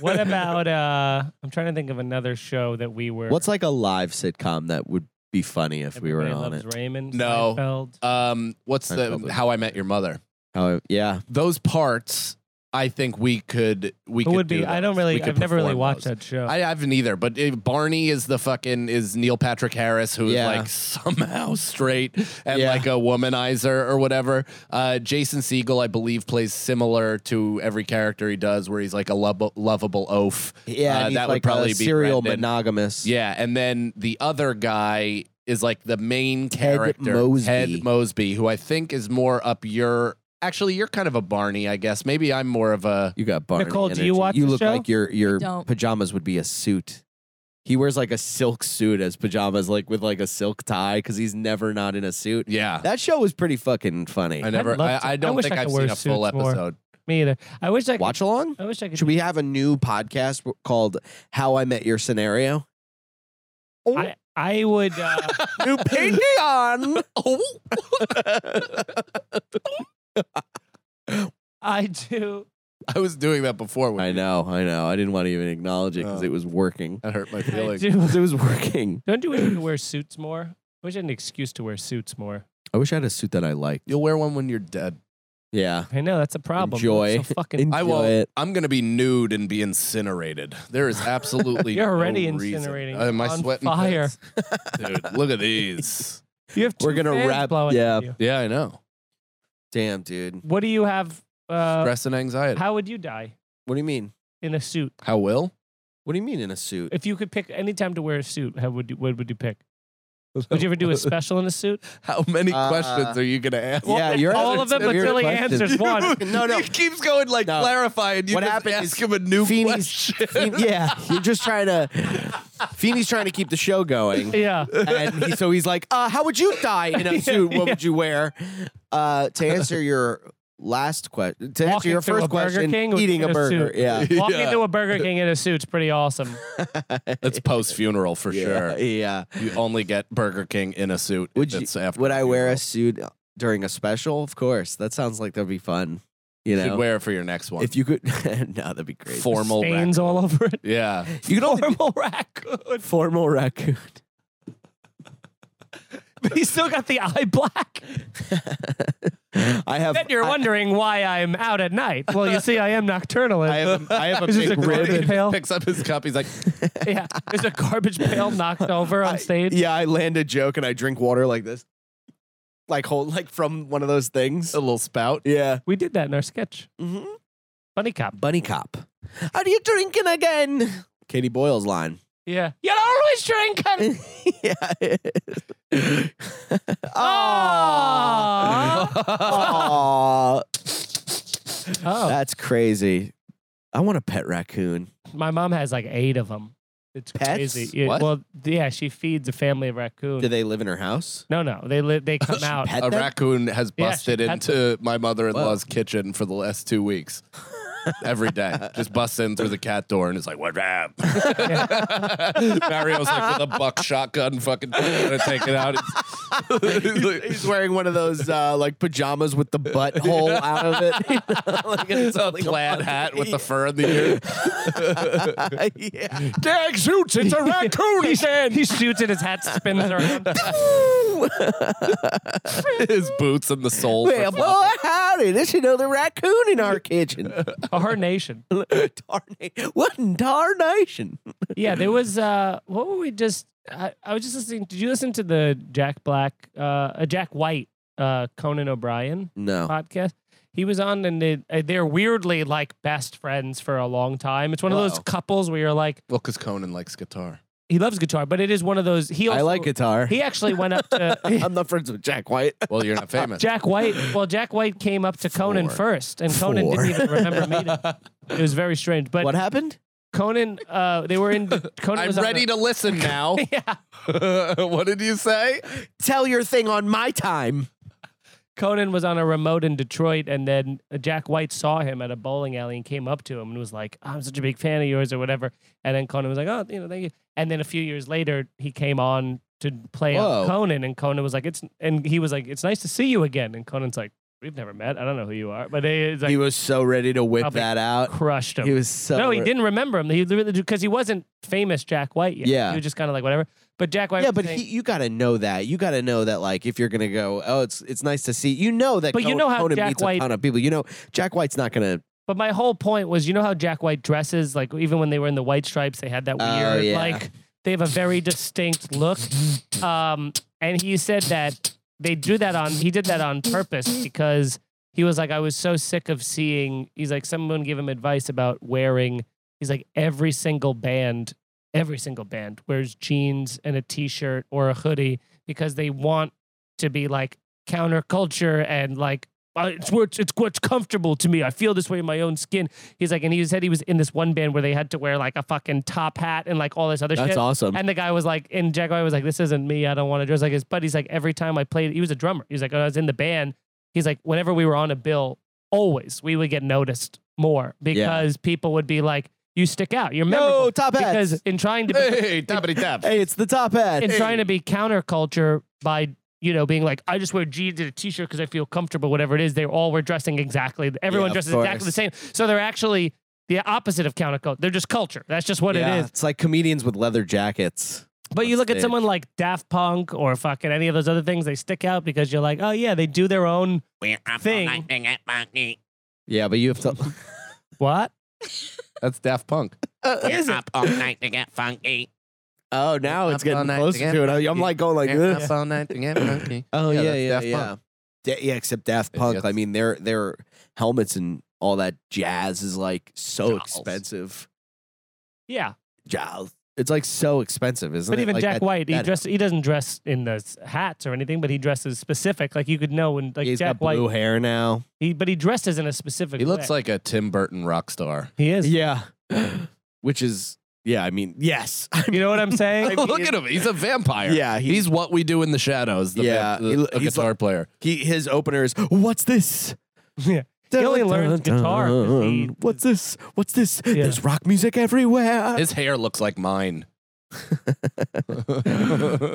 what about uh I'm trying to think of another show that we were What's like a live sitcom that would be funny if we were Everybody on Loves it? Raymond, No. Seinfeld. Um, what's I the probably- How I Met Your Mother? Oh yeah, Those parts, I think we could we Who could would be do I those. don't We really could I've never really perform watched those. that show. I haven't either, but uh, Barney is the fucking is Neil Patrick Harris who is Yeah. like somehow straight and Yeah. like a womanizer or whatever. Uh, Jason Siegel, I believe, plays similar to every character he does, where he's like a lovo- lovable oaf. Yeah, Uh, and he's that like would probably a be serial Brendan. monogamous. Yeah, and then the other guy is like the main Ted character, Mosby. Ted Mosby, who I think is more up your. Actually, you're kind of a Barney, I guess. Maybe I'm more of a. you got Barney. Nicole, do you energy. watch You the look show? like your your don't. pajamas would be a suit. He wears like a silk suit as pajamas, like with like a silk tie, because he's never not in a suit. Yeah, That show was pretty fucking funny. I never. love I, to- I I don't wish think I I have could wear seen a full suits more. episode. Me either. I wish I could Watch along? I wish I could. Should we have a new podcast w- called How I Met Your Scenario? I, I would. Uh, New Patreon. I do. I was doing that before. When I know, I know. I didn't want to even acknowledge it because Oh. it was working. That hurt my I feelings. do. It was working. Don't you wish you could wear suits more? I wish I had an excuse to wear suits more. I wish I had a suit that I liked. You'll wear one when you're dead. Yeah. I know that's a problem. You look Enjoy. So fucking. I will. I'm gonna be nude and be incinerated. There is absolutely You're already no reason. incinerating. Uh, Am I On sweating? fire. bullets? dude. Look at these. You have. We're two gonna fans wrap- blowing yeah. at you. Yeah, I know. Damn, dude. What do you have? Uh, Stress and anxiety. How, how would you die What do you mean? in a suit? will? What do you mean in a suit? If you could pick any time to wear a suit, how would you, what would you pick? Would you ever do a special in a suit? How many Uh, questions are you gonna ask? yeah, Uh, you're all of them, but weird Billy questions. answers one. No, no. He keeps going like No. clarifying. You What what just happened ask is him a new Feeney's, question. Feen- yeah, you're just trying to. Feeney's trying to keep the show going, Yeah. and he, so he's like, uh, "How would you die in a suit? What would you wear?" Uh, to answer your last question, to answer Walking your through first a Burger question, King with- eating in a a burger, suit. yeah, Walking Yeah. into a Burger King in a suit's pretty awesome. That's post funeral for yeah, sure. yeah. You only get Burger King in a suit. if Would you, it's after Would the I wear funeral. a suit during a special? Of course. That sounds like that'd be fun. You You should know, wear it for your next one. if you could, no, that'd be great. formal Stains all over it. Yeah. You could only Formal raccoon. formal raccoon. He's still got the eye black. I have. Then you're I- wondering why I'm out at night. Well, you see, I am nocturnal. I have a, I have a Is this big a rib. garbage He pail? Picks up his cup. He's like, yeah, there's a garbage pail knocked over on I- stage. yeah, I land a joke and I drink water like this, like hold like from one of those things. a little spout. Yeah, We did that in our sketch. mm-hmm. Bunny cop. bunny cop. Are you drinking again? Katie Boyle's line. Yeah. You're always drinking. yeah. Aw. Aw. Oh, That's crazy. I want a pet raccoon. my mom has like eight of them. It's Pets? crazy. Yeah, What? Well, yeah, she feeds a family of raccoons. Do they live in her house? no, no, they li- they come out. pet a them? raccoon has Yeah, she busted pet into my mother-in-law's kitchen for the last two weeks. Every day, just busts in through the cat door and is like, "What up?" Mario's like with a buck shotgun, fucking gonna take it out. He's wearing one of those uh, like pajamas with the butthole out of it. Like it's It's a only plaid one- hat with the fur in the ear. yeah. Dag shoots! It's a raccoon he, again. he shoots it, his hat spins around. His boots and the sole. Well, boy, howdy! There's another raccoon in our kitchen. Oh, Her nation. Darna- what in tarnation? Yeah, there was. Uh, what were we just? I, I was just listening. Did you listen to the Jack Black, uh, uh, Jack White, uh, Conan O'Brien No. podcast? He was on, and they, uh, they're weirdly like best friends for a long time. It's one of those Wow. couples where you're like, Well, because Conan likes guitar. he loves guitar, but it is one of those. He also, I like guitar. He actually went up to I'm not friends with Jack White. Well, you're not famous. Uh, Jack White. Well, Jack White came up to Conan Four. first, and Conan Four. didn't even remember meeting. him. It was very strange. But what happened? Conan, uh, they were in. Conan I'm was on ready the- to listen now. Yeah. what did you say? Tell your thing on my time. Conan was on a remote in Detroit, and then Jack White saw him at a bowling alley and came up to him and was like, "I'm such a big fan of yours" or whatever. And then Conan was like, "Oh, you know, thank you." And then a few years later, he came on to play on Whoa. Conan, and Conan was like, "It's," and he was like, "It's nice to see you again." And Conan's like, "We've never met. I don't know who you are," but he's he like, was so ready to whip Probably that out. crushed him. He was so. no, he re- didn't remember him. He really because he wasn't famous Jack White yet. Yeah. he was just kind of like whatever. But Jack White, Yeah, was but saying- he, you got to know that. You got to know that, like, if you're gonna go, oh, it's it's nice to see. You know that. But you Con- know how Conan Jack meets White- a ton of people. You know, Jack White's not gonna. But my whole point was, you know how Jack White dresses? Like even when they were in the white stripes, they had that Oh, weird, yeah. like they have a very distinct look. Um, and he said that they do that on he did that on purpose because he was like, I was so sick of seeing. He's like, someone gave him advice about wearing. He's like, every single band, every single band wears jeans and a t-shirt or a hoodie because they want to be like counterculture and like uh, it's what's it's what's comfortable to me. I feel this way in my own skin. He's like, and he said he was in this one band where they had to wear like a fucking top hat and like all this other That's shit. awesome. And the guy was like, and Jack White was like, this isn't me. I don't want to dress "Oh, like this. But he's like, every time I played, he was a drummer. He was like, when I was in the band, he's like, whenever we were on a bill, always we would get noticed more because people would be like, "You stick out. You're Yo, memorable." top hats. Because in trying to be, Hey, tappity tap. Hey, it's the top hat. in trying to be counterculture by you know being like, "I just wear jeans and a t-shirt because I feel comfortable." Whatever it is, they all were dressing exactly. Everyone of dresses exactly the course. same. So they're actually the opposite of counterculture. They're just culture. That's just what Yeah, it is. It's like comedians with leather jackets. But you look at stage. someone like Daft Punk or fucking any of those other things, they stick out because you're like, oh yeah, they do their own thing. Yeah, but you have to. What? That's Daft Punk. Uh, Is it? oh, now it's getting closer to it. I'm like going like, "Ugh." all night to get funky. oh Yeah, yeah, yeah, that's yeah, Daft yeah. Punk. except Daft Punk. I Idiots. mean, their their helmets and all that jazz is like so expensive. Yeah. Jazz. It's like so expensive, isn't But it? even Like Jack that- White, he that- dress he doesn't dress in the s- hats or anything, but he dresses specific. Like you could know when like He's Jack got White blue hair now. he but he dresses in a specific He looks way. like a Tim Burton rock star. he is. Yeah, which is yeah. I mean, yes. I You know what I'm saying? Look at him. He's a vampire. Yeah, he- he's what we do in the shadows. The Yeah, vamp- he the, lo- a he's guitar player. He his opener is what's this? Yeah. He only learns guitar 'cause he- What's this? What's this? Yeah. There's rock music everywhere. His hair looks like mine.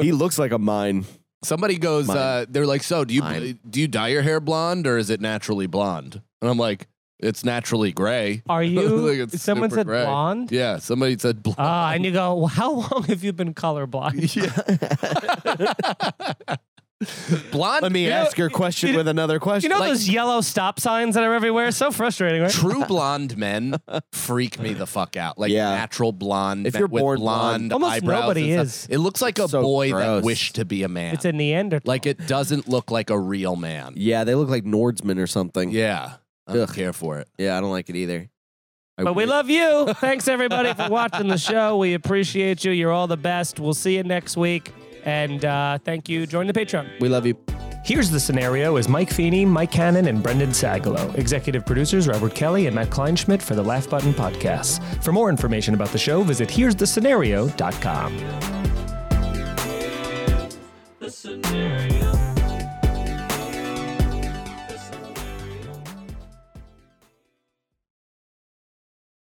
he looks like a mine. Somebody goes, Mine. uh, they're like, so do you Mine. do you dye your hair blonde or is it naturally blonde? And I'm like, it's naturally gray. Are you Like, it's someone super said gray. blonde? Yeah, somebody said blonde. Ah, and you go, well, how long have you been colorblind? blonde. Let me you know, ask your question with another You question. know Like- those yellow stop signs that are everywhere? So frustrating, right? True blonde men freak me the fuck out. Like Yeah. natural blonde. If men you're with born blonde, blonde. Almost eyebrows nobody and is. stuff. It looks like a so boy gross. that wished to be a man. It's a Neanderthal. like it doesn't look like a real man. yeah, they look like Nordsmen or something. Yeah, Yeah, I don't Ugh. care for it. I don't like it either. I But we would- love you. Thanks everybody for watching the show. We appreciate you. You're all the best. We'll see you next week. And uh, thank you. Join the Patreon. we love you. Here's the scenario is Mike Feeney, Mike Cannon, and Brendan Sagalow. Executive producers Robert Kelly and Matt Kleinschmidt for the Laugh Button Podcasts. For more information about the show, visit here'sthescenario.com.